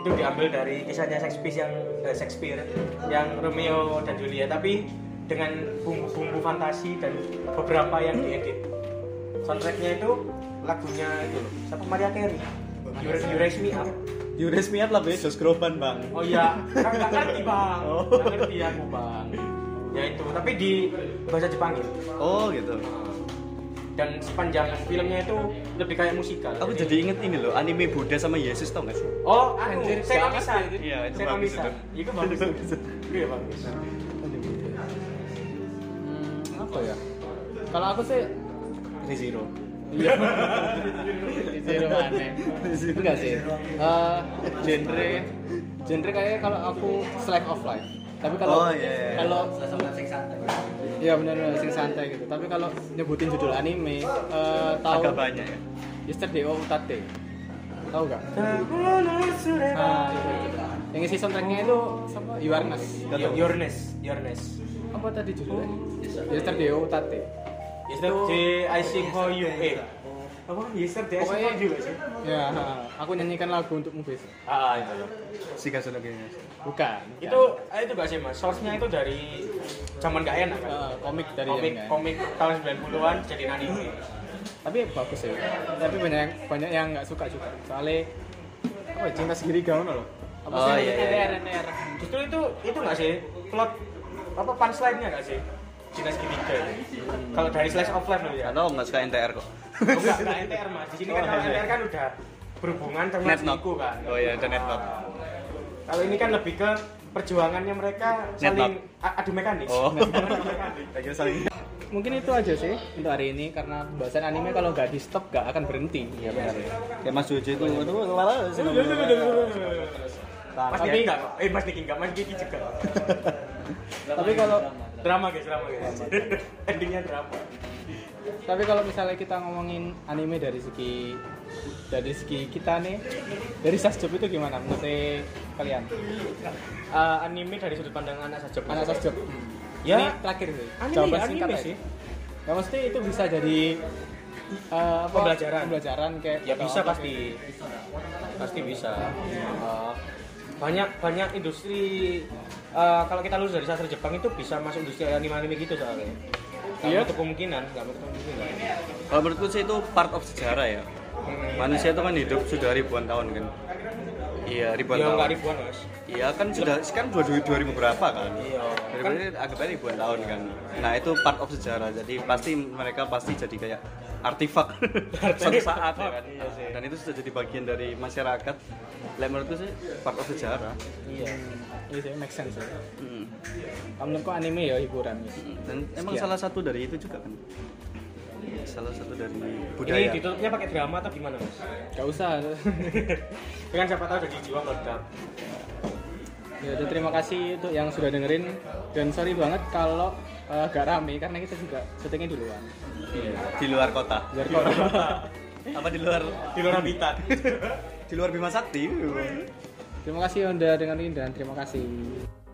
[SPEAKER 3] itu diambil dari kisahnya Shakespeare yang eh, Shakespeare yang Romeo dan Juliet tapi dengan bumbu-bumbu fantasi dan beberapa yang diedit soundtracknya itu lagunya itu loh siapa Maria Carey You, you Raise Me Up
[SPEAKER 2] Yuresmiat lah be, Josh Groban bang.
[SPEAKER 3] oh iya kan nggak ngerti bang
[SPEAKER 2] Oh.
[SPEAKER 3] nggak ngerti aku bang ya itu tapi di bahasa Jepangin
[SPEAKER 2] Oh gitu.
[SPEAKER 3] dan sepanjang filmnya itu lebih kayak musikal
[SPEAKER 2] Aku jadi inget ini loh, anime Buddha sama Yesus tau gak sih?
[SPEAKER 3] Oh, anu,
[SPEAKER 1] Anjir,
[SPEAKER 3] saya
[SPEAKER 1] banget
[SPEAKER 3] bisa.
[SPEAKER 1] ya,
[SPEAKER 2] Iya, itu
[SPEAKER 3] saya
[SPEAKER 2] bagus
[SPEAKER 3] bisa.
[SPEAKER 2] itu.
[SPEAKER 3] Itu bagus.
[SPEAKER 2] Itu bagus.
[SPEAKER 3] Iya, bagus.
[SPEAKER 1] hmm, apa ya kalau aku sih
[SPEAKER 2] Zero.
[SPEAKER 1] Zero aneh enggak sih Eh, genre genre kayaknya kalau aku slack of life tapi kalau
[SPEAKER 2] Oh, iya, iya.
[SPEAKER 1] kalau ya benar-benar sing santai gitu tapi kalau nyebutin judul anime eh, tahu
[SPEAKER 2] Agak banyak ya.
[SPEAKER 1] Yesterday o Utate tahu gak
[SPEAKER 3] Ah,
[SPEAKER 1] nah, itu, itu. yang isi soundtracknya itu siapa Yuarnas
[SPEAKER 2] Gak
[SPEAKER 3] iya.
[SPEAKER 2] tau.
[SPEAKER 3] Yournes, Yournes.
[SPEAKER 1] apa tadi judulnya Yesterday o Utate
[SPEAKER 3] Yesterday I sing for you. Eh, apa? Yesterday I sing
[SPEAKER 1] Pokoknya-
[SPEAKER 3] for you gak sih.
[SPEAKER 1] ya aku nyanyikan lagu untukmu besok
[SPEAKER 3] Ah, itu.
[SPEAKER 2] Si Kasunogenya.
[SPEAKER 1] bukan
[SPEAKER 3] Itu, ah, itu gak sih mas. Source-nya itu dari zaman gak enak kan.
[SPEAKER 1] Eh, komik dari
[SPEAKER 3] Komik,
[SPEAKER 1] yang-
[SPEAKER 3] komik tahun 90-an jadi anime.
[SPEAKER 1] tapi bagus ya tapi banyak yang banyak yang nggak suka juga soalnya apa ya, cinta segiri gaun loh apa
[SPEAKER 2] Oh,
[SPEAKER 1] sih
[SPEAKER 2] iya, iya.
[SPEAKER 1] NTR NTR
[SPEAKER 3] Justru itu itu nggak sih plot apa punchline-nya nggak sih? Cinta segitiga itu. Kalau dari slice of life loh ya. Oh,
[SPEAKER 2] Gak tau gak suka NTR kok.
[SPEAKER 3] Enggak, enggak NTR mas. Di sini kan
[SPEAKER 2] Oh,
[SPEAKER 3] kalau
[SPEAKER 2] NTR.
[SPEAKER 3] NTR kan udah berhubungan sama
[SPEAKER 2] Net knock.
[SPEAKER 3] selingkuh kan.
[SPEAKER 2] Oh iya, ada net knock.
[SPEAKER 3] Ah. Kalau ini kan lebih ke perjuangannya mereka saling a- adu mekanik.
[SPEAKER 2] Oh.
[SPEAKER 3] Adu mekanik.
[SPEAKER 2] Lagi saling.
[SPEAKER 1] mungkin itu aja sih untuk hari ini karena pembahasan anime kalau nggak di stop nggak akan berhenti ya benar
[SPEAKER 2] Kayak Mas Jojo itu. Aduh, lala. iya.
[SPEAKER 3] Mas Niki enggak kok. Eh Mas Niki enggak, Mas Niki juga.
[SPEAKER 1] tapi kalau
[SPEAKER 3] Drama guys, drama guys. Endingnya drama.
[SPEAKER 1] tapi kalau misalnya kita ngomongin anime dari segi dari segi kita nih dari sasjob itu gimana menurut kalian
[SPEAKER 3] Eh, anime dari sudut pandang anak saja.
[SPEAKER 1] anak sasjob
[SPEAKER 3] Ya.
[SPEAKER 1] ini terakhir sih
[SPEAKER 3] Anime,
[SPEAKER 1] jawaban
[SPEAKER 3] anime
[SPEAKER 1] singkat aja.
[SPEAKER 3] sih.
[SPEAKER 1] ya mesti itu bisa jadi eh, apa,
[SPEAKER 3] Pembelajaran.
[SPEAKER 1] pembelajaran kayak
[SPEAKER 3] Ya
[SPEAKER 1] atau
[SPEAKER 3] bisa
[SPEAKER 1] apa
[SPEAKER 3] pasti. Pasti bisa. Eh, banyak banyak industri eh, kalau kita lulus dari sastra Jepang itu bisa masuk industri anime-anime gitu soalnya.
[SPEAKER 1] Iya.
[SPEAKER 3] Iya, itu kemungkinan, nggak menutup kemungkinan.
[SPEAKER 2] Kalau menurutku sih itu part of sejarah ya.
[SPEAKER 3] Hmm. Iya,
[SPEAKER 2] Manusia itu kan hidup sudah ribuan tahun kan. Iya, ribuan
[SPEAKER 3] Ya nggak
[SPEAKER 2] tahun.
[SPEAKER 3] ribuan mas.
[SPEAKER 2] Iya kan sudah sekarang dua dua ribu berapa kan?
[SPEAKER 3] Iya.
[SPEAKER 2] Dari berarti agaknya ribuan tahun kan. Nah itu part of sejarah. Jadi pasti mereka pasti jadi kayak artifak suatu saat ya kan.
[SPEAKER 3] Iya
[SPEAKER 2] Dan itu sudah jadi bagian dari masyarakat. Lah menurutku sih part of sejarah.
[SPEAKER 1] Iya, iya sih, make sense ya.
[SPEAKER 2] Hmm.
[SPEAKER 1] Kalau menurutku anime ya hiburan gitu.
[SPEAKER 2] Dan emang
[SPEAKER 1] Sekian.
[SPEAKER 2] salah satu dari itu juga kan. Salah satu dari
[SPEAKER 3] Ini
[SPEAKER 2] budaya.
[SPEAKER 3] ditutupnya pakai drama atau gimana mas?
[SPEAKER 1] Gak usah.
[SPEAKER 3] Dengan Kan siapa tahu jadi jiwa meledak.
[SPEAKER 1] ya, udah, terima kasih untuk yang sudah dengerin dan sorry banget kalau eh, gak rame karena kita juga syutingnya duluan.
[SPEAKER 2] Iya. Di luar kota.
[SPEAKER 1] Biar kalau
[SPEAKER 2] Apa di luar
[SPEAKER 3] Di luar habitat.
[SPEAKER 2] di luar Bima Sakti?
[SPEAKER 1] terima kasih yang udah dengerin dan terima kasih.